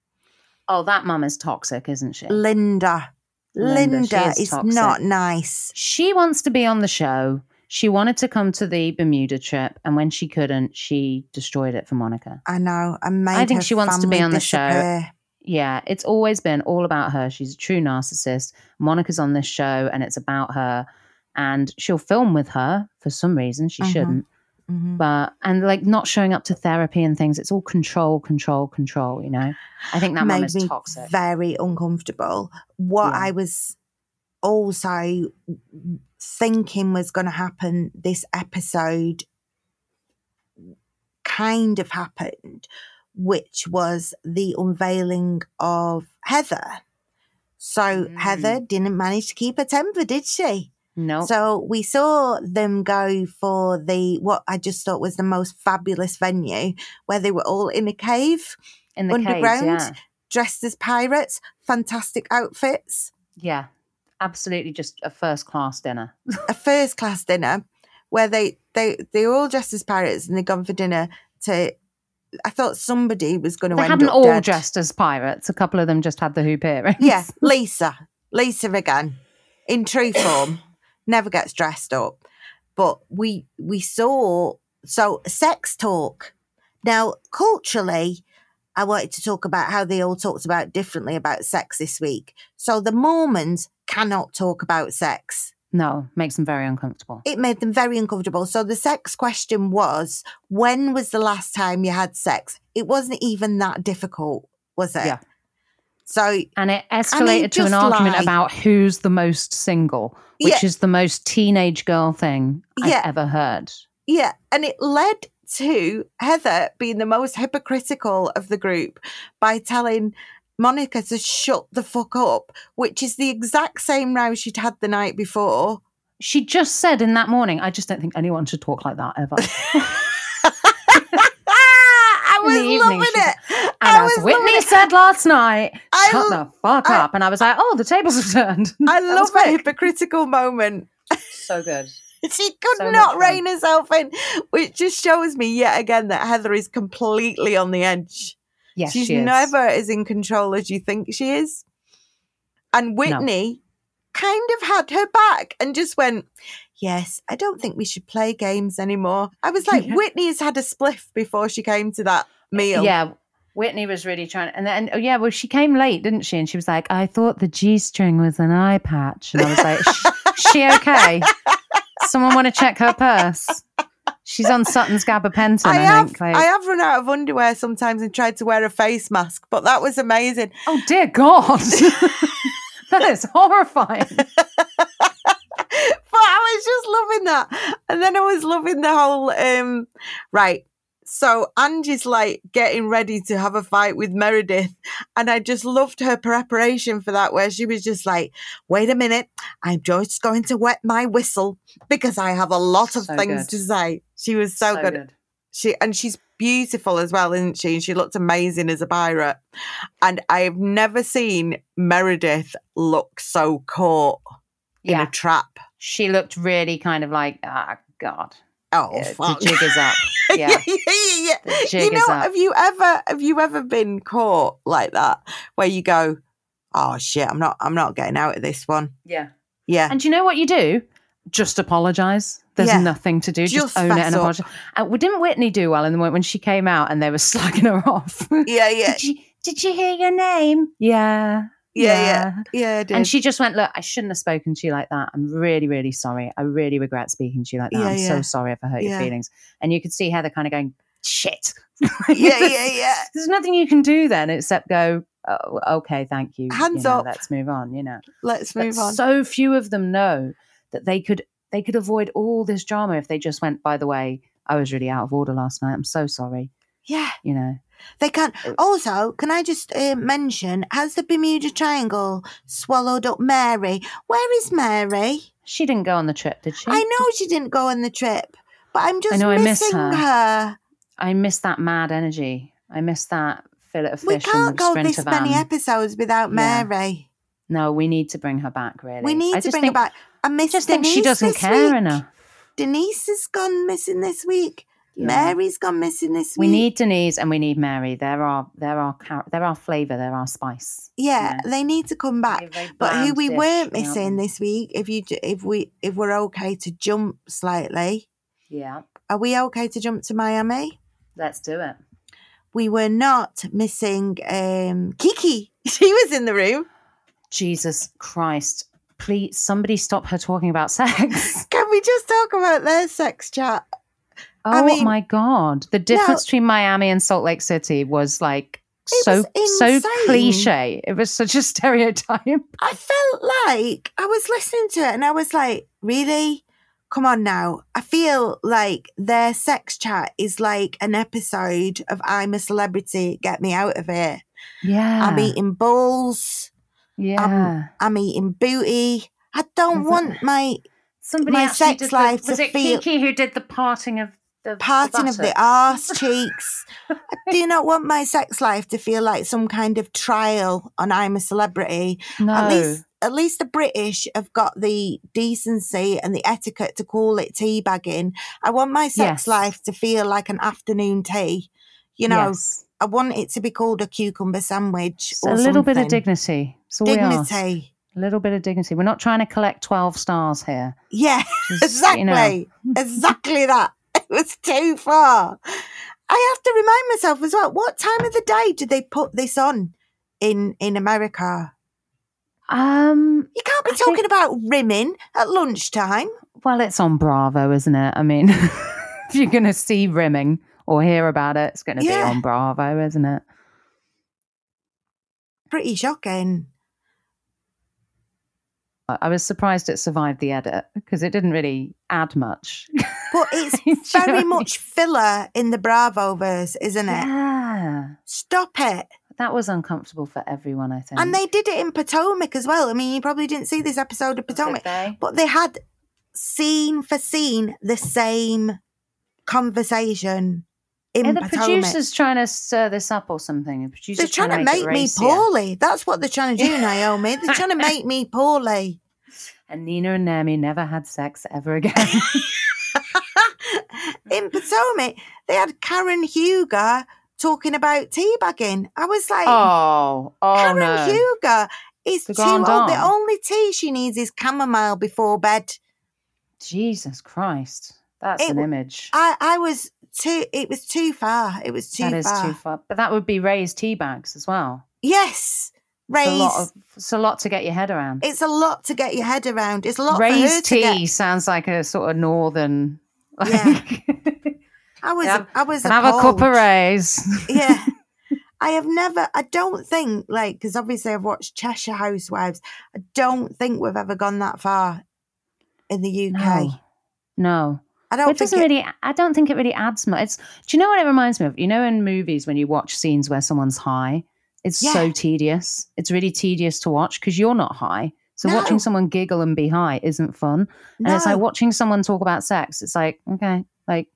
S2: Oh, that mum is toxic, isn't she?
S1: Linda.
S2: Linda,
S1: Linda,
S2: she is
S1: is,
S2: toxic.
S1: not nice.
S2: She wants to be on the show. She wanted to come to the Bermuda trip, and when she couldn't, she destroyed it for Monica.
S1: I know. And made
S2: think
S1: her
S2: she wants to be
S1: family
S2: on the show.
S1: disappear.
S2: Yeah, it's always been all about her. She's a true narcissist. Monica's on this show and it's about her. And she'll film with her for some reason. She
S1: Mhm.
S2: shouldn't.
S1: Mhm.
S2: But, and like not showing up to therapy and things. It's all control, control, control, you know? I think that mum
S1: made
S2: is
S1: me
S2: toxic.
S1: very uncomfortable. What
S2: Yeah.
S1: I was also thinking was going to happen this episode kind of happened, which was the unveiling of Heather. So
S2: Mm.
S1: Heather didn't manage to keep her temper, did she?
S2: No.
S1: So we saw them go for the what I just thought was the most fabulous venue where they were all in a cave,
S2: in the
S1: underground.
S2: Caves,
S1: dressed as pirates, fantastic outfits,
S2: yeah. yeah. Absolutely just a first class dinner.
S1: a first class dinner where they they they were all dressed as pirates and they'd gone for dinner to I thought somebody was going to
S2: They
S1: end
S2: hadn't
S1: up
S2: all
S1: dead.
S2: dressed as pirates. A couple of them just had the hoop earrings.
S1: Yeah, Lisa. Lisa again. In true form. never gets dressed up. But we we saw so sex talk. Now, culturally, I wanted to talk about how they all talked about differently about sex this week. So the Mormons cannot talk about sex.
S2: No, makes them very uncomfortable.
S1: It made them very uncomfortable. So the sex question was, when was the last time you had sex? It wasn't even that difficult, was it?
S2: Yeah.
S1: So
S2: and it escalated
S1: mean,
S2: to an
S1: just
S2: argument
S1: lie.
S2: about who's the most single, which
S1: Yeah.
S2: is the most teenage girl thing
S1: Yeah.
S2: I've ever heard.
S1: Yeah, and it led to Heather being the most hypocritical of the group by telling Monica to shut the fuck up, which is the exact same row she'd had the night before.
S2: She just said in that morning, I just don't think anyone should talk like that ever.
S1: I
S2: In
S1: was
S2: the evening,
S1: loving
S2: she
S1: it.
S2: And
S1: I
S2: as
S1: was loving
S2: Whitney
S1: it.
S2: said last night,
S1: I l-
S2: shut the fuck
S1: I-
S2: up. And I was like, oh, the tables have turned.
S1: I
S2: That was
S1: love a
S2: great.
S1: hypocritical moment.
S2: So good.
S1: She could
S2: So
S1: not
S2: much fun.
S1: rein herself in, which just shows me yet again that Heather is completely on the edge.
S2: Yes,
S1: She's
S2: she is.
S1: never as in control as you think she is. And Whitney kind of had her back and just went, Yes, I don't think we should play games anymore. I was like,
S2: Yeah.
S1: Whitney has had a spliff before she came to that meal.
S2: Yeah. Whitney was really trying, and then oh yeah, well she came late, didn't she? And she was like, "I thought the G string was an eye patch," and I was like, "Sh- "She okay? Someone want to check her purse? She's on Sutton's gabapentin,
S1: I
S2: I,
S1: have
S2: think." Like,
S1: I have run out of underwear sometimes and tried to wear a face mask, but that was amazing.
S2: oh dear God, that is horrifying.
S1: but I was just loving that. And then I was loving the whole um right. So Angie's like getting ready to have a fight with Meredith. And I just loved her preparation for that, where she was just like, wait a minute, I'm just going to wet my whistle because I have a lot of
S2: So
S1: things
S2: good.
S1: to say. She was so, good. She and she's beautiful as well, isn't she? And she looked amazing as a pirate. And I've never seen Meredith look so caught
S2: Yeah,
S1: in a trap.
S2: she looked really kind of like, ah, God,
S1: Oh,
S2: Yeah, the
S1: fuck.
S2: jig is up.
S1: yeah,
S2: Yeah,
S1: yeah, yeah, yeah.
S2: the
S1: You
S2: jig
S1: know,
S2: is up.
S1: have you ever have you ever been caught like that where you go, "Oh shit, I'm not I'm not getting out of this one."
S2: Yeah,
S1: Yeah.
S2: And do you know what you do? Just apologize. There's
S1: Yeah.
S2: nothing to do. Just,
S1: Just
S2: own it
S1: fess
S2: and
S1: up.
S2: apologize. And well, didn't Whitney do well in the moment when she came out and they were slagging her off?
S1: yeah, yeah,
S2: did, you, did you hear your name? Yeah.
S1: yeah, yeah, yeah. it
S2: And
S1: is.
S2: she just went, Look, I shouldn't have spoken to you like that. I'm really, really sorry. I really regret speaking to you like that.
S1: Yeah,
S2: I'm
S1: yeah.
S2: so sorry if I hurt your
S1: Yeah.
S2: feelings. And you could see Heather kind of going, Shit.
S1: yeah, yeah, yeah.
S2: There's nothing you can do then except go, oh, Okay, thank you.
S1: Hands
S2: you know,
S1: up.
S2: Let's move on, you know
S1: Let's
S2: but
S1: move on.
S2: so few of them know that they could they could avoid all this drama if they just went by the way i was really out of order last night i'm so sorry
S1: yeah,
S2: you know
S1: they can.
S2: It-
S1: Also, can I just uh, mention has the Bermuda Triangle swallowed up Mary? Where is Mary?
S2: she didn't go on the trip did she
S1: I know she didn't go on the trip, but I'm just
S2: know, I miss
S1: missing
S2: her.
S1: her.
S2: i miss that mad energy i miss that fillet of
S1: We
S2: fish
S1: can't
S2: and
S1: go
S2: sprinter
S1: this
S2: van
S1: many episodes without
S2: Yeah.
S1: Mary.
S2: no we need to bring her back really
S1: We need
S2: I
S1: to
S2: just
S1: bring
S2: think,
S1: her back. I
S2: I
S1: miss
S2: just
S1: Denise
S2: think she doesn't
S1: this
S2: care
S1: week.
S2: enough
S1: Denise has gone missing this week.
S2: Yeah.
S1: Mary's gone missing this
S2: we
S1: week.
S2: need denise and we need mary there are there are there are flavor there are spice
S1: yeah,
S2: yeah.
S1: they need to come back. But who we weren't missing this week? If you, j- if we, if we're okay to jump slightly,
S2: yeah
S1: are we okay to jump to Miami?
S2: let's do it
S1: We were not missing um, Kiki. She was in the room.
S2: Jesus Christ. Please, somebody stop her talking about sex.
S1: Can we just talk about their sex chat?
S2: Oh
S1: I mean-
S2: my God. The difference between Miami and Salt Lake City was like
S1: It
S2: so,
S1: was
S2: so
S1: insane.
S2: cliche. It was such a stereotype.
S1: I felt like I was listening to it and I was like, really? Come on now. I feel like their sex chat is like an episode of I'm a Celebrity, Get Me Out of Here.
S2: Yeah.
S1: I'm eating balls,
S2: yeah.
S1: um, I'm eating booty. I don't
S2: Is it-
S1: want my
S2: Somebody
S1: My
S2: actually
S1: sex
S2: did
S1: life
S2: The, was
S1: to
S2: it
S1: feel-
S2: Kiki who did the parting of the
S1: Parting of the
S2: buttock?
S1: arse cheeks. I do not want my sex life to feel like some kind of trial on I'm a celebrity.
S2: No.
S1: At least at least the British have got the decency and the etiquette to call it teabagging. I want my sex
S2: Yes.
S1: life to feel like an afternoon tea. You know,
S2: Yes.
S1: I want it to be called a cucumber sandwich
S2: Just
S1: or
S2: a little bit of
S1: something.
S2: dignity. So we are
S1: Dignity.
S2: a little bit of dignity. We're not trying to collect twelve stars here.
S1: Yeah.
S2: Just,
S1: Exactly.
S2: you know.
S1: exactly that. It was too far. I have to remind myself as well, what time of the day do they put this on in in America?
S2: Um.
S1: You can't be
S2: I think-
S1: talking about rimming at lunchtime.
S2: Well, it's on Bravo, isn't it? I mean, if you're going to see rimming or hear about it, it's going to
S1: Yeah.
S2: be on Bravo, isn't it?
S1: Pretty shocking.
S2: I I was surprised it survived the edit because it didn't really add much.
S1: But it's
S2: Do you know what I
S1: very
S2: mean?
S1: much filler in the Bravo verse, isn't it?
S2: Yeah.
S1: Stop it.
S2: That was uncomfortable for everyone, I think.
S1: And they did it in Potomac as well. I mean, you probably didn't see this episode of Potomac,
S2: they?
S1: but they had scene for scene the same conversation in
S2: Are the
S1: Potomac.
S2: producers trying to stir this up or something? The producers
S1: they're trying to make,
S2: it
S1: me
S2: racier.
S1: poorly. That's what they're trying to do, Naomi. They're trying to make me poorly.
S2: And Nina and Naomi never had sex ever again.
S1: in Potomac, they had Karen Huger talking about teabagging. I was like,
S2: oh, oh
S1: Karen
S2: no.
S1: Huger is
S2: The
S1: too
S2: Grand
S1: old. The
S2: Dame.
S1: only tea she needs is chamomile before bed.
S2: Jesus Christ. That's
S1: It
S2: an
S1: w-
S2: image.
S1: I, I was too. It was too far. It was too
S2: That is
S1: far.
S2: too far. But that would be raised tea bags as well.
S1: Yes,
S2: It's
S1: raise.
S2: a lot of it's a lot to get your head around.
S1: it's a lot to get your head around. It's a lot for her
S2: raised
S1: to
S2: tea
S1: get.
S2: sounds like a sort of northern
S1: Yeah.
S2: like,
S1: I was.
S2: Yeah,
S1: I was.
S2: can have a cup
S1: appalled.
S2: of raise.
S1: yeah. I have never, I don't think, like, because obviously I've watched Cheshire Housewives, I don't think we've ever gone that far in the UK.
S2: No. No.
S1: I don't
S2: it
S1: think
S2: doesn't
S1: it,
S2: really I don't think it really adds much. It's, do you know what it reminds me of? You know in movies when you watch scenes where someone's high, it's so
S1: Yeah.
S2: tedious. It's really tedious to watch because you're not high. So
S1: No.
S2: watching someone giggle and be high isn't fun. And
S1: no.
S2: it's like watching someone talk about sex. It's like, okay, like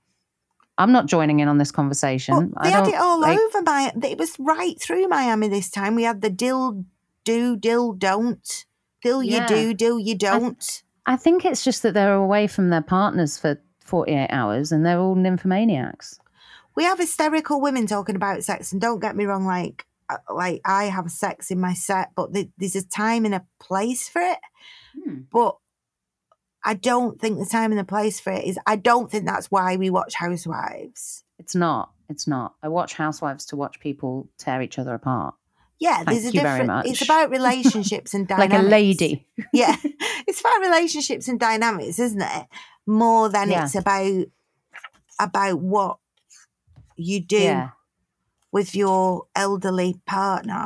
S2: I'm not joining in on this
S1: But
S2: conversation.
S1: they
S2: I
S1: had
S2: don't
S1: it all
S2: like-
S1: over my, it was right through Miami this time. We had the dill do, dill don't, dill
S2: Yeah.
S1: you do, dill you don't.
S2: I think it's just that they're away from their partners for 48 hours and they're all nymphomaniacs.
S1: we have hysterical women talking about sex and don't get me wrong like uh, like i have sex in my set but th- there's a time and a place for it
S2: Hmm.
S1: but i don't think the time and the place for it is i don't think that's why we watch housewives
S2: It's not. It's not. I watch Housewives to watch people tear each other apart.
S1: yeah
S2: Thank
S1: there's a
S2: you very
S1: different it's
S2: much.
S1: about relationships and dynamics
S2: Like a lady.
S1: yeah it's about relationships and dynamics isn't it more than
S2: Yeah.
S1: it's about about what you do
S2: Yeah.
S1: with your elderly partner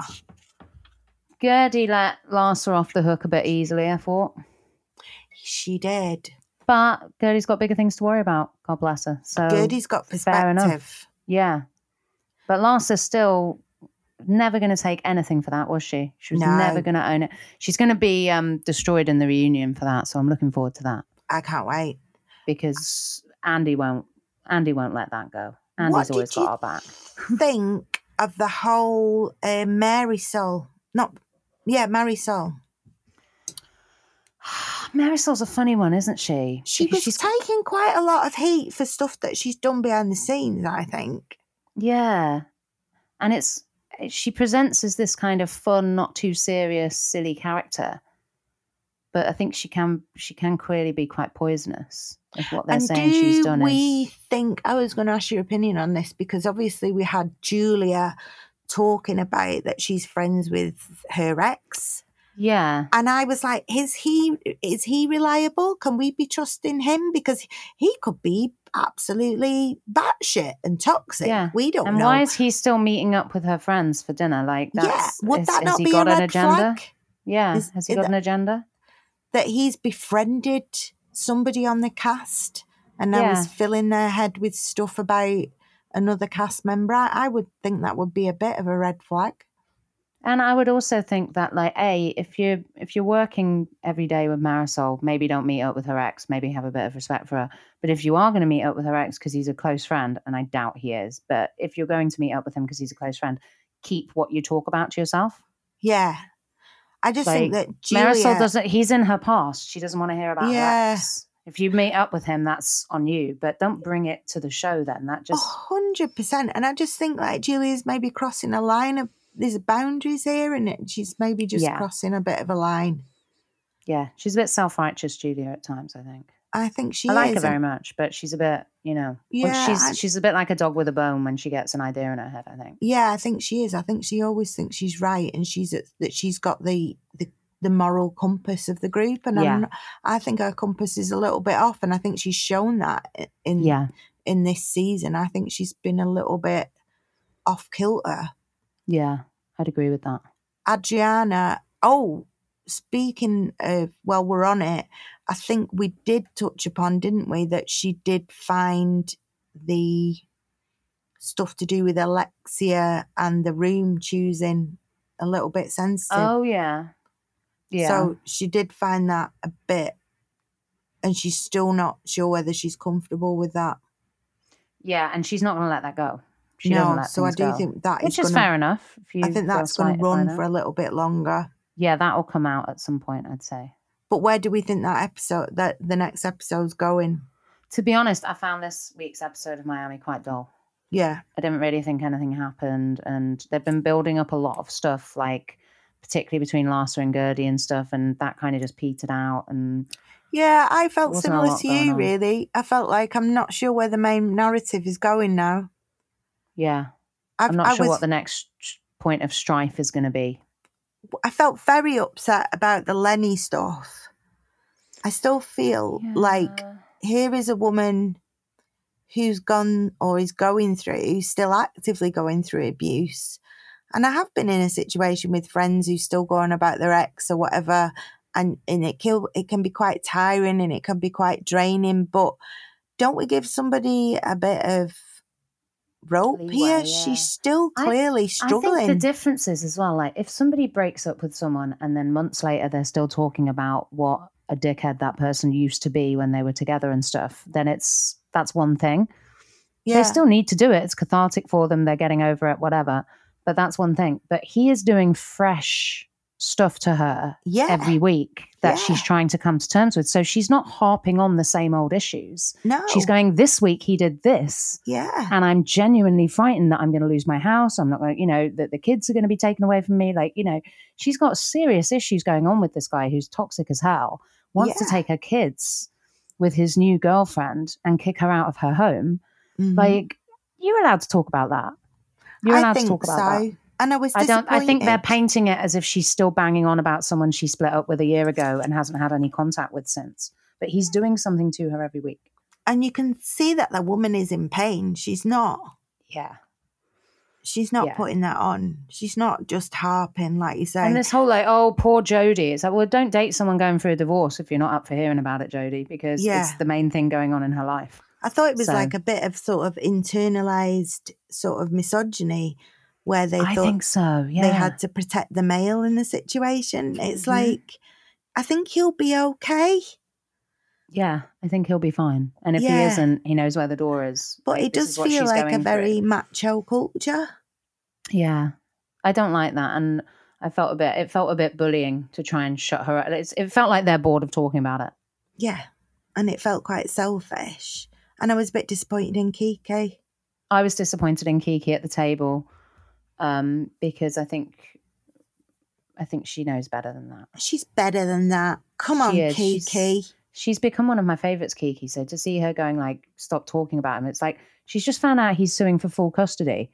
S2: Gertie let Larsa off the hook a bit easily, I thought.
S1: she did
S2: But Gertie's got bigger things to worry about. God bless her. So,
S1: Gertie's got
S2: fair enough.
S1: perspective.
S2: yeah. But Larsa's still never going to take anything for that, was she? She was
S1: No.
S2: never going to own it. She's going to be um, destroyed in the reunion for that. So I'm looking forward to that.
S1: I can't wait.
S2: because Andy won't Andy won't let that go. Andy's
S1: What
S2: always
S1: did
S2: got
S1: you-
S2: our back.
S1: Think of the whole uh, Mary Soul. Not, yeah, Mary Soul.
S2: Marisol's a funny one, isn't she?
S1: She
S2: Because
S1: was taking quite a lot of heat for stuff that she's done behind the scenes, I think.
S2: yeah, and it's eh, she presents as this kind of fun, not too serious, silly character, but I think she can she can clearly be quite poisonous. If what they're
S1: and
S2: saying
S1: do
S2: she's done
S1: we
S2: is
S1: think, I was going to ask your opinion on this because obviously we had Julia talking about that she's friends with her ex.
S2: yeah.
S1: And I was like, is he is he reliable? Can we be trusting him? Because he could be absolutely batshit and toxic.
S2: Yeah.
S1: We don't
S2: And
S1: know.
S2: why is he still meeting up with her friends for dinner? Like,
S1: Oh, yeah,
S2: that's,
S1: would
S2: is-
S1: that
S2: has
S1: not
S2: he
S1: be
S2: got
S1: a
S2: an
S1: red
S2: agenda?
S1: flag
S2: Yeah,
S1: Is-
S2: has he
S1: is
S2: got
S1: that-
S2: an agenda?
S1: that he's befriended somebody on the cast and now he's filling their head with stuff about another cast member? I, I would think that would be a bit of a red flag.
S2: And I would also think that like a if you're if you're working every day with Marisol, maybe don't meet up with her ex, maybe have a bit of respect for her. But if you are going to meet up with her ex because he's a close friend, and I doubt he is, but if you're going to meet up with him because he's a close friend, keep what you talk about to yourself.
S1: Yeah. I just think
S2: Like,
S1: that Julia,
S2: Marisol doesn't. He's in her past. She doesn't want to hear about
S1: Yeah.
S2: her ex. If you meet up with him, that's on you. But don't bring it to the show. Then that
S1: A
S2: just
S1: hundred percent. And I just think like Julia's maybe crossing a line of there's boundaries here, and it she's maybe just
S2: Yeah.
S1: crossing a bit of a line.
S2: yeah. She's a bit self righteous, Julia, at times. I think.
S1: I think she
S2: I like
S1: is.
S2: her very
S1: and-
S2: much, but she's a bit, you know, well,
S1: Yeah,
S2: she's
S1: I-
S2: she's a bit like a dog with a bone when she gets an idea in her head. I think.
S1: yeah, I think she is. I think she always thinks she's right, and she's at, that she's got the the the moral compass of the group. And
S2: Yeah.
S1: I'm, not- I think her compass is a little bit off, and I think she's shown that i- in
S2: Yeah,
S1: in this season. I think she's been a little bit off kilter.
S2: yeah, I'd agree with that.
S1: Adriana, oh, speaking of, well, we're on it. I think we did touch upon, didn't we, that she did find the stuff to do with Alexia and the room choosing a little bit sensitive.
S2: Oh yeah, yeah.
S1: So she did find that a bit, and she's still not sure whether she's comfortable with that.
S2: Yeah, and she's not going to let that go. She doesn't
S1: no,
S2: let
S1: so I
S2: things
S1: do
S2: go.
S1: think that
S2: which
S1: is
S2: is
S1: gonna-
S2: fair enough. If you
S1: I think
S2: feel
S1: that's going
S2: slighted
S1: to
S2: by
S1: run
S2: that.
S1: for a little bit longer.
S2: yeah, that will come out at some point. I'd say.
S1: But where do we think that episode, that the next episode's going?
S2: To be honest, I found this week's episode of Miami quite dull.
S1: Yeah,
S2: I didn't really think anything happened, and they've been building up a lot of stuff, like particularly between Larsa and Gertie and stuff, and that kind of just petered out. And
S1: yeah. I felt
S2: Wasn't a
S1: similar
S2: lot
S1: to
S2: going
S1: you,
S2: on.
S1: really. I felt like I'm not sure where the main narrative is going now.
S2: yeah,
S1: I've,
S2: I'm not
S1: I
S2: sure
S1: was,
S2: what the next sh- point of strife is going to be.
S1: I felt very upset about the Lenny stuff. I still feel like here is a woman who's gone or is going through, still actively going through abuse. And I have been in a situation with friends who still go on about their ex or whatever, and and it kill it can be quite tiring and it can be quite draining. But don't we give somebody a bit of rope
S2: Leeway,
S1: here?
S2: yeah.
S1: She's still
S2: I-
S1: clearly
S2: I think the
S1: struggling.
S2: difference is as well, like if somebody breaks up with someone and then months later they're still talking about what a dickhead that person used to be when they were together and stuff, then it's that's one thing.
S1: yeah,
S2: They still need to do it. It's cathartic for them. They're getting over it, whatever. But that's one thing. But he is doing fresh stuff to her
S1: yeah.
S2: every week that she's
S1: Yeah.
S2: trying to come to terms with. So she's not harping on the same old issues.
S1: no,
S2: She's going, This week he did this
S1: yeah,
S2: and I'm genuinely frightened that I'm going to lose my house. I'm not going to, you know, that the kids are going to be taken away from me. Like, you know, she's got serious issues going on with this guy who's toxic as hell, wants
S1: Yeah.
S2: to take her kids with his new girlfriend and kick her out of her home.
S1: Mhm.
S2: Like, you're allowed to talk about that. You're
S1: I
S2: allowed to
S1: think
S2: talk about
S1: so.
S2: that.
S1: And I was
S2: I don't. I think they're
S1: disappointed.
S2: painting it as if she's still banging on about someone she split up with a year ago and hasn't had any contact with since. But he's doing something to her every week.
S1: and you can see that the woman is in pain. She's not.
S2: Yeah.
S1: She's not
S2: Yeah.
S1: putting that on. She's not just harping, like you say.
S2: And this whole like, oh, poor Jodie. It's like, well, don't date someone going through a divorce if you're not up for hearing about it, Jodie, because
S1: Yeah.
S2: it's the main thing going on in her life.
S1: I thought it was
S2: so-
S1: like a bit of sort of internalized sort of misogyny, where they
S2: I
S1: thought
S2: think so. Yeah.
S1: they had to protect the male in the situation. It's
S2: Mhm.
S1: like, I think he'll be okay,
S2: yeah. I think he'll be fine. And if he
S1: Yeah.
S2: isn't, he knows where the door is.
S1: but
S2: Like,
S1: it
S2: this
S1: does
S2: is what
S1: feel
S2: she's
S1: like a
S2: going
S1: very macho culture.
S2: through. Yeah. I don't like that. And I felt a bit, it felt a bit bullying to try and shut her up. It's, it felt like they're bored of talking about it.
S1: Yeah, and it felt quite selfish. And I was a bit disappointed in Kike.
S2: I was disappointed in Kiki at the table um, because I think, I think she knows better than that.
S1: She's better than that. Come on,
S2: She is. She's-
S1: Kiki.
S2: she's become one of my favorites, Kiki. So to see her going like, stop talking about him, it's like she's just found out he's suing for full custody.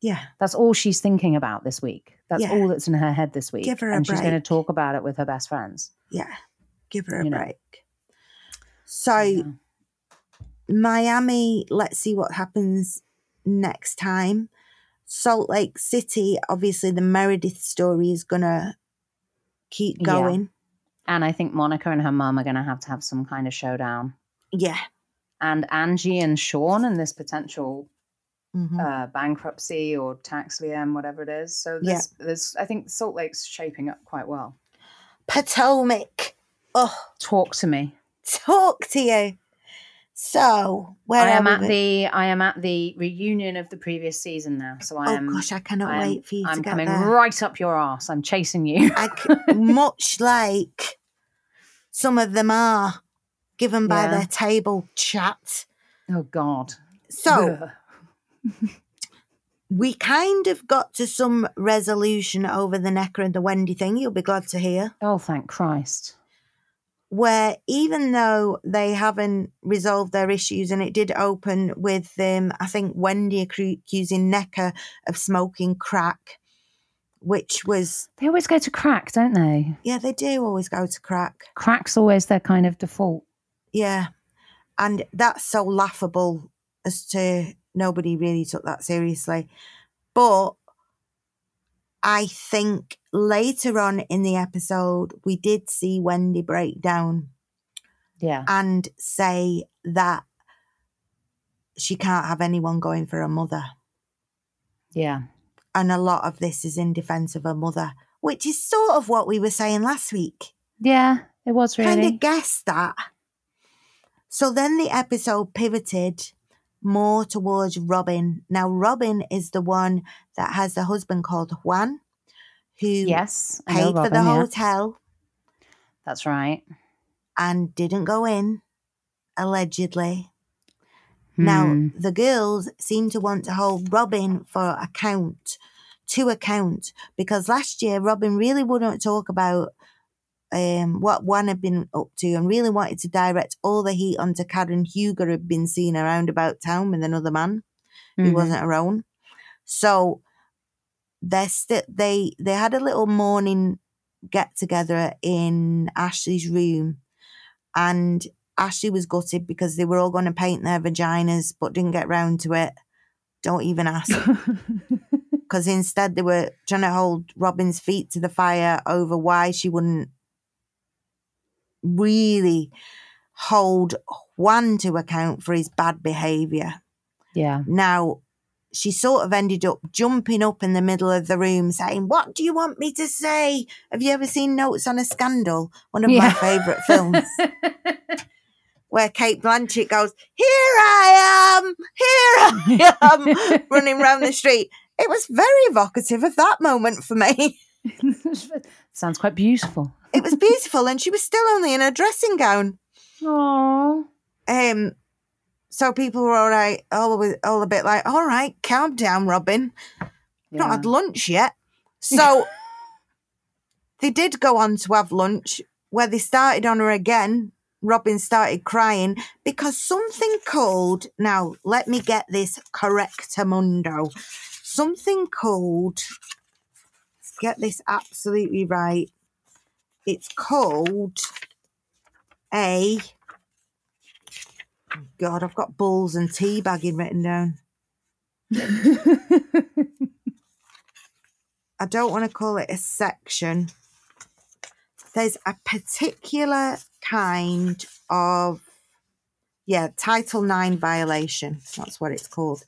S1: Yeah.
S2: That's all she's thinking about this week. That's
S1: Yeah.
S2: all that's in her head this week.
S1: Give her a
S2: and she's going to
S1: break.
S2: talk about it with her best friends.
S1: yeah, give her a
S2: You know.
S1: break. So
S2: Yeah.
S1: Miami, let's see what happens next time. Salt Lake City, obviously the Meredith story is gonna keep
S2: Yeah.
S1: going.
S2: And I think Monica and her mum are going to have to have some kind of showdown.
S1: Yeah.
S2: And Angie and Sean and this potential
S1: Mhm.
S2: uh, bankruptcy or tax VM, whatever it is. So
S1: Yeah.
S2: there's, there's, I think Salt Lake's shaping up quite well.
S1: Potomac. Oh,
S2: Talk to me.
S1: talk to you. So where
S2: I am
S1: are
S2: at
S1: we with-
S2: the I am at the reunion of the previous season now. So I
S1: Oh
S2: am
S1: gosh, I cannot
S2: um, I am-
S1: wait for you to
S2: I'm
S1: get
S2: coming
S1: there.
S2: right up your ass. I'm chasing you.
S1: I c- much like some of them are given by
S2: Yeah.
S1: their table chat.
S2: Oh God.
S1: So
S2: Ugh.
S1: we kind of got to some resolution over the Necker and the Wendy thing. You'll be glad to hear.
S2: Oh thank Christ.
S1: Where even though they haven't resolved their issues, and it did open with them, I think Wendy accu- accusing Necker of smoking crack, which was
S2: They always go to crack, don't they?
S1: yeah, they do always go to crack.
S2: Crack's always their kind of default.
S1: Yeah. And that's so laughable as to nobody really took that seriously. But I think later on in the episode, we did see Wendy break down
S2: Yeah.
S1: and say that she can't have anyone going for her mother.
S2: Yeah.
S1: And a lot of this is in defense of her mother, which is sort of what we were saying last week.
S2: Yeah. It was really.
S1: kind of guessed that. So then the episode pivoted more towards Robin. Now, Robin is the one that has the husband called Juan, who
S2: yes. I know
S1: paid for
S2: Robin,
S1: the
S2: yeah.
S1: hotel
S2: That's right.
S1: and didn't go in, allegedly. Now,
S2: Hmm.
S1: the girls seem to want to hold Robin for account, to account, because last year Robin really wouldn't talk about um, what Juan had been up to and really wanted to direct all the heat onto Karen Huger, who'd been seen around about town with another man who
S2: Mhm.
S1: wasn't her own. So they're still they they had a little morning get together in Ashley's room, and Ashley was gutted because they were all going to paint their vaginas but didn't get round to it. Don't even ask because instead they were trying to hold Robin's feet to the fire over why she wouldn't really hold Juan to account for his bad behaviour.
S2: yeah.
S1: Now, she sort of ended up jumping up in the middle of the room saying, What do you want me to say? Have you ever seen Notes on a Scandal? One of my
S2: Yeah.
S1: favourite films, where Kate Blanchett goes, Here I am, here I am, running round the street. It was very evocative of that moment for me.
S2: Sounds quite beautiful.
S1: It was beautiful, and she was still only in her dressing gown.
S2: Oh.
S1: Um, so people were all right, all, a- all a bit like, All right, calm down, Robin. We've not had lunch yet. So they did go on to have lunch where they started on her again. Robin started crying because something called, now let me get this correct, Mundo. Something called, let's get this absolutely right. It's called a, God, I've got balls and tea bagging written down. I don't want to call it a section. There's a particular kind of, yeah, Title IX violation. That's what it's called.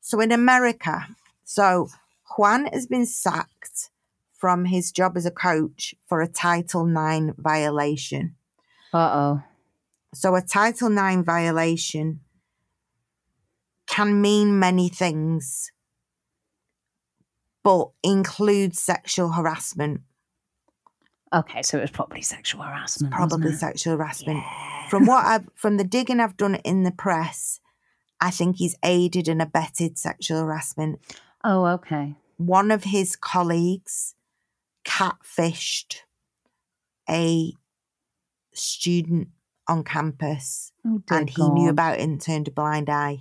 S1: So in America, so Juan has been sacked from his job as a coach for a Title IX violation.
S2: uh oh.
S1: So a Title IX violation can mean many things, but includes sexual harassment,
S2: Okay, so it was probably sexual harassment.
S1: probably
S2: wasn't
S1: sexual
S2: it?
S1: harassment.
S2: Yeah.
S1: From what I've from the digging I've done in the press, I think he's aided and abetted sexual harassment.
S2: Oh, okay.
S1: One of his colleagues catfished a student on campus
S2: Oh, dear
S1: and he knew
S2: God.
S1: about it and turned a blind eye.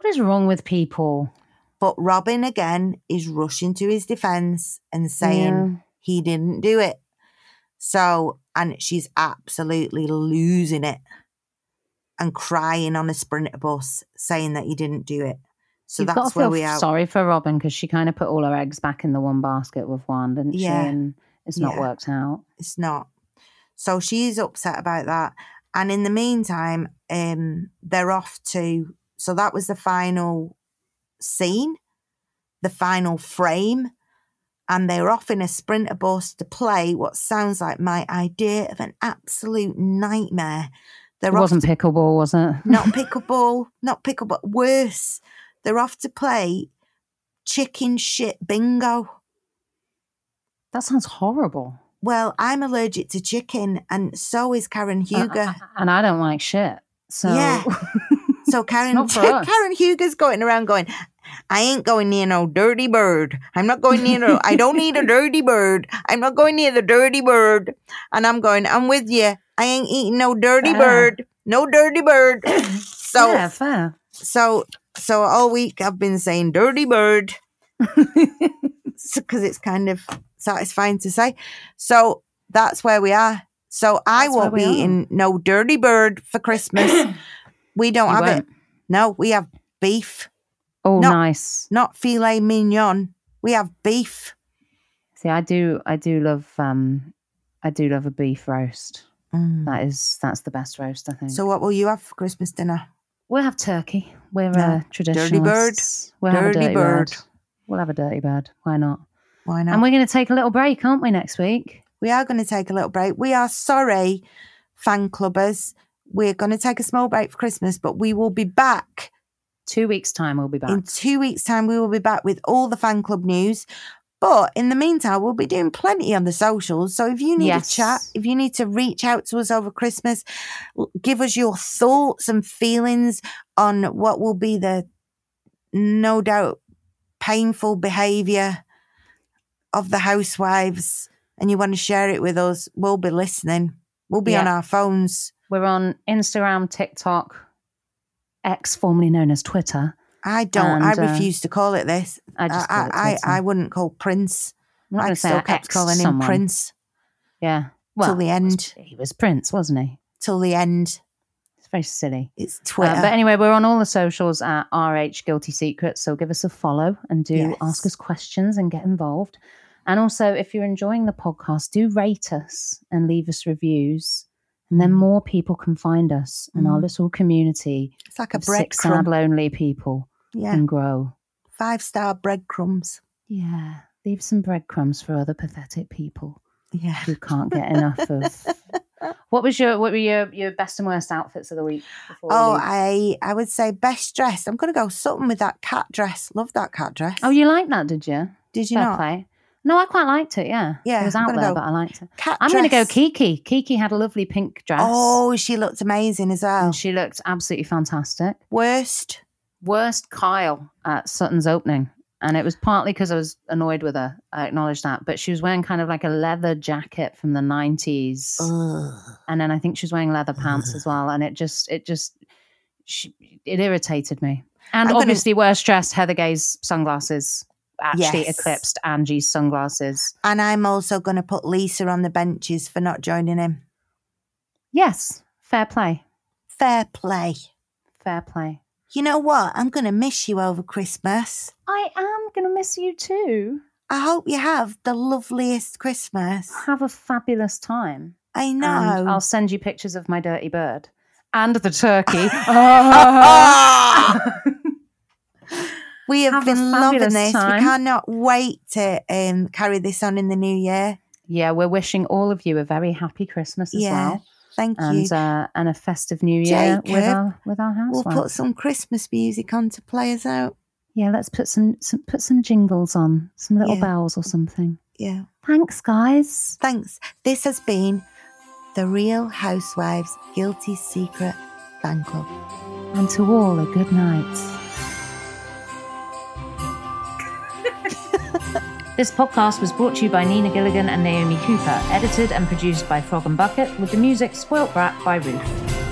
S2: What is wrong with people?
S1: But Robin again is rushing to his defense and saying
S2: Yeah.
S1: he didn't do it. So, and she's absolutely losing it and crying on a sprinter bus saying that he didn't do it. So
S2: You've got
S1: that's
S2: to feel
S1: where we are.
S2: sorry for Robin because she kind of put all her eggs back in the one basket with one, didn't
S1: Yeah.
S2: she? And it's not
S1: Yeah.
S2: worked out.
S1: It's not. So she's upset about that. And in the meantime, um, they're off to. So that was the final scene, the final frame, and they're off in a sprinter bus to play what sounds like my idea of an absolute nightmare. They're
S2: It wasn't pickleball, was it?
S1: not pickleball, not pickleball, worse. They're off to play chicken shit bingo.
S2: That sounds horrible.
S1: Well, I'm allergic to chicken, and so is Karen
S2: And-
S1: Huger.
S2: and I don't like shit. So
S1: Yeah. So Karen,
S2: not for us.
S1: Karen Huger's going around going, I ain't going near no dirty bird. I'm not going near no, I don't need a dirty bird. I'm not going near the dirty bird. And I'm going, I'm with you. I ain't eating no dirty
S2: Fair.
S1: bird. No dirty bird. So,
S2: yeah, fair.
S1: so, so all week I've been saying dirty bird because it's kind of satisfying to say. So that's where we are. So I
S2: That's where
S1: won't
S2: we
S1: be
S2: are.
S1: eating no dirty bird for Christmas. we don't
S2: You
S1: have it.
S2: won't.
S1: No, we have beef,
S2: Oh,
S1: No.
S2: nice.
S1: not filet mignon. We have beef.
S2: See, I do, I do love, um, I do love a beef roast.
S1: Mm.
S2: That is, that's the best roast, I think.
S1: So what will you have for Christmas dinner?
S2: We'll have turkey. We're
S1: No.
S2: uh,
S1: Dirty bird.
S2: traditionalists. We'll have a
S1: Dirty
S2: dirty bird.
S1: bird.
S2: We'll have a dirty bird. Why not?
S1: Why not?
S2: And
S1: we-,
S2: we're going to take a little break, aren't we, next week?
S1: are going to take a little break. We are sorry, fan clubbers. We're going to take a small break for Christmas, but we will be back
S2: Two weeks' time, we'll be back.
S1: in two weeks' time. We will be back with all the fan club news. But in the meantime, we'll be doing plenty on the socials. So if you need
S2: Yes.
S1: a chat, if you need to reach out to us over Christmas, l- give us your thoughts and feelings on what will be the no doubt painful behaviour of the housewives, and you want to share it with us, we'll be listening. We'll be on
S2: Yeah.
S1: our phones.
S2: We're on Instagram, TikTok, X, formerly known as Twitter.
S1: I don't.
S2: And,
S1: I
S2: uh,
S1: refuse to call it this.
S2: I just call it
S1: I,
S2: Twitter.
S1: I, I wouldn't call Prince.
S2: I'm not
S1: I
S2: going to say
S1: still
S2: I
S1: kept
S2: X'd
S1: calling him
S2: someone.
S1: Prince
S2: Yeah. Well,
S1: till the
S2: it was-
S1: end.
S2: he was Prince, wasn't he?
S1: Till the end.
S2: It's very silly.
S1: It's Twitter.
S2: Uh, but anyway, we're on all the socials at RH Guilty Secrets. So give us a follow and do ask
S1: Yes.
S2: us questions and get involved. And also, if you're enjoying the podcast, do rate us and leave us reviews. And then more people can find us and our
S1: Mm.
S2: little community
S1: it's like a
S2: of six sad,
S1: breadcrumb.
S2: lonely people
S1: Yeah,
S2: can grow.
S1: five star breadcrumbs.
S2: Yeah. Leave some breadcrumbs for other pathetic people
S1: Yeah.
S2: who can't get enough of. What was your what were your, your best and worst outfits of the week? before we
S1: Oh,
S2: leave?
S1: I I would say best dressed. I'm gonna go something with that cat dress. Love that cat dress.
S2: oh, you liked that, did you?
S1: did you
S2: Fair
S1: not?
S2: play. No, I quite liked it. Yeah,
S1: Yeah,
S2: It was
S1: I'm
S2: out
S1: gonna
S2: there,
S1: go
S2: but I liked it.
S1: Cat
S2: I'm going to go
S1: dress.
S2: Kiki. Kiki had a lovely pink dress.
S1: Oh, she looked amazing as well.
S2: and she looked absolutely fantastic.
S1: Worst.
S2: Worst Kyle at Sutton's opening, and it was partly because I was annoyed with her. I acknowledge that, but she was wearing kind of like a leather jacket from the '90s,
S1: Oh. Ugh.
S2: and then I think she was wearing leather pants as well, and it just, it just, she, it irritated me. And
S1: I'm gonna-
S2: obviously, worst dressed Heather Gay's sunglasses actually
S1: Yes.
S2: eclipsed Angie's sunglasses.
S1: And I'm also gonna put Lisa on the benches for not joining him.
S2: Yes, fair play.
S1: Fair play.
S2: Fair play.
S1: You know what? I'm gonna miss you over Christmas.
S2: I am going to miss you too.
S1: I hope you have the loveliest Christmas.
S2: Have a fabulous time.
S1: I
S2: And
S1: know.
S2: I'll send you pictures of my dirty bird and the turkey.
S1: Oh.
S2: Ah!
S1: we have,
S2: Have a
S1: been loving
S2: fabulous
S1: this.
S2: time.
S1: We cannot wait to um, carry this on in the new year.
S2: yeah, we're wishing all of you a very happy Christmas as
S1: Yeah,
S2: well.
S1: Thank
S2: And
S1: you.
S2: uh, and a festive new year with
S1: Jacob,
S2: our with our
S1: We'll
S2: housewives.
S1: put some Christmas music on to play us out.
S2: yeah, let's put some, some put some jingles on, some little
S1: Yeah.
S2: bells or something.
S1: Yeah.
S2: Thanks, guys.
S1: Thanks. This has been the Real Housewives Guilty Secret Fan Club.
S2: And to all a good night. this podcast was brought to you by Nina Gilligan and Naomi Cooper, edited and produced by Frog and Bucket, with the music Spoilt Brat by Ruth.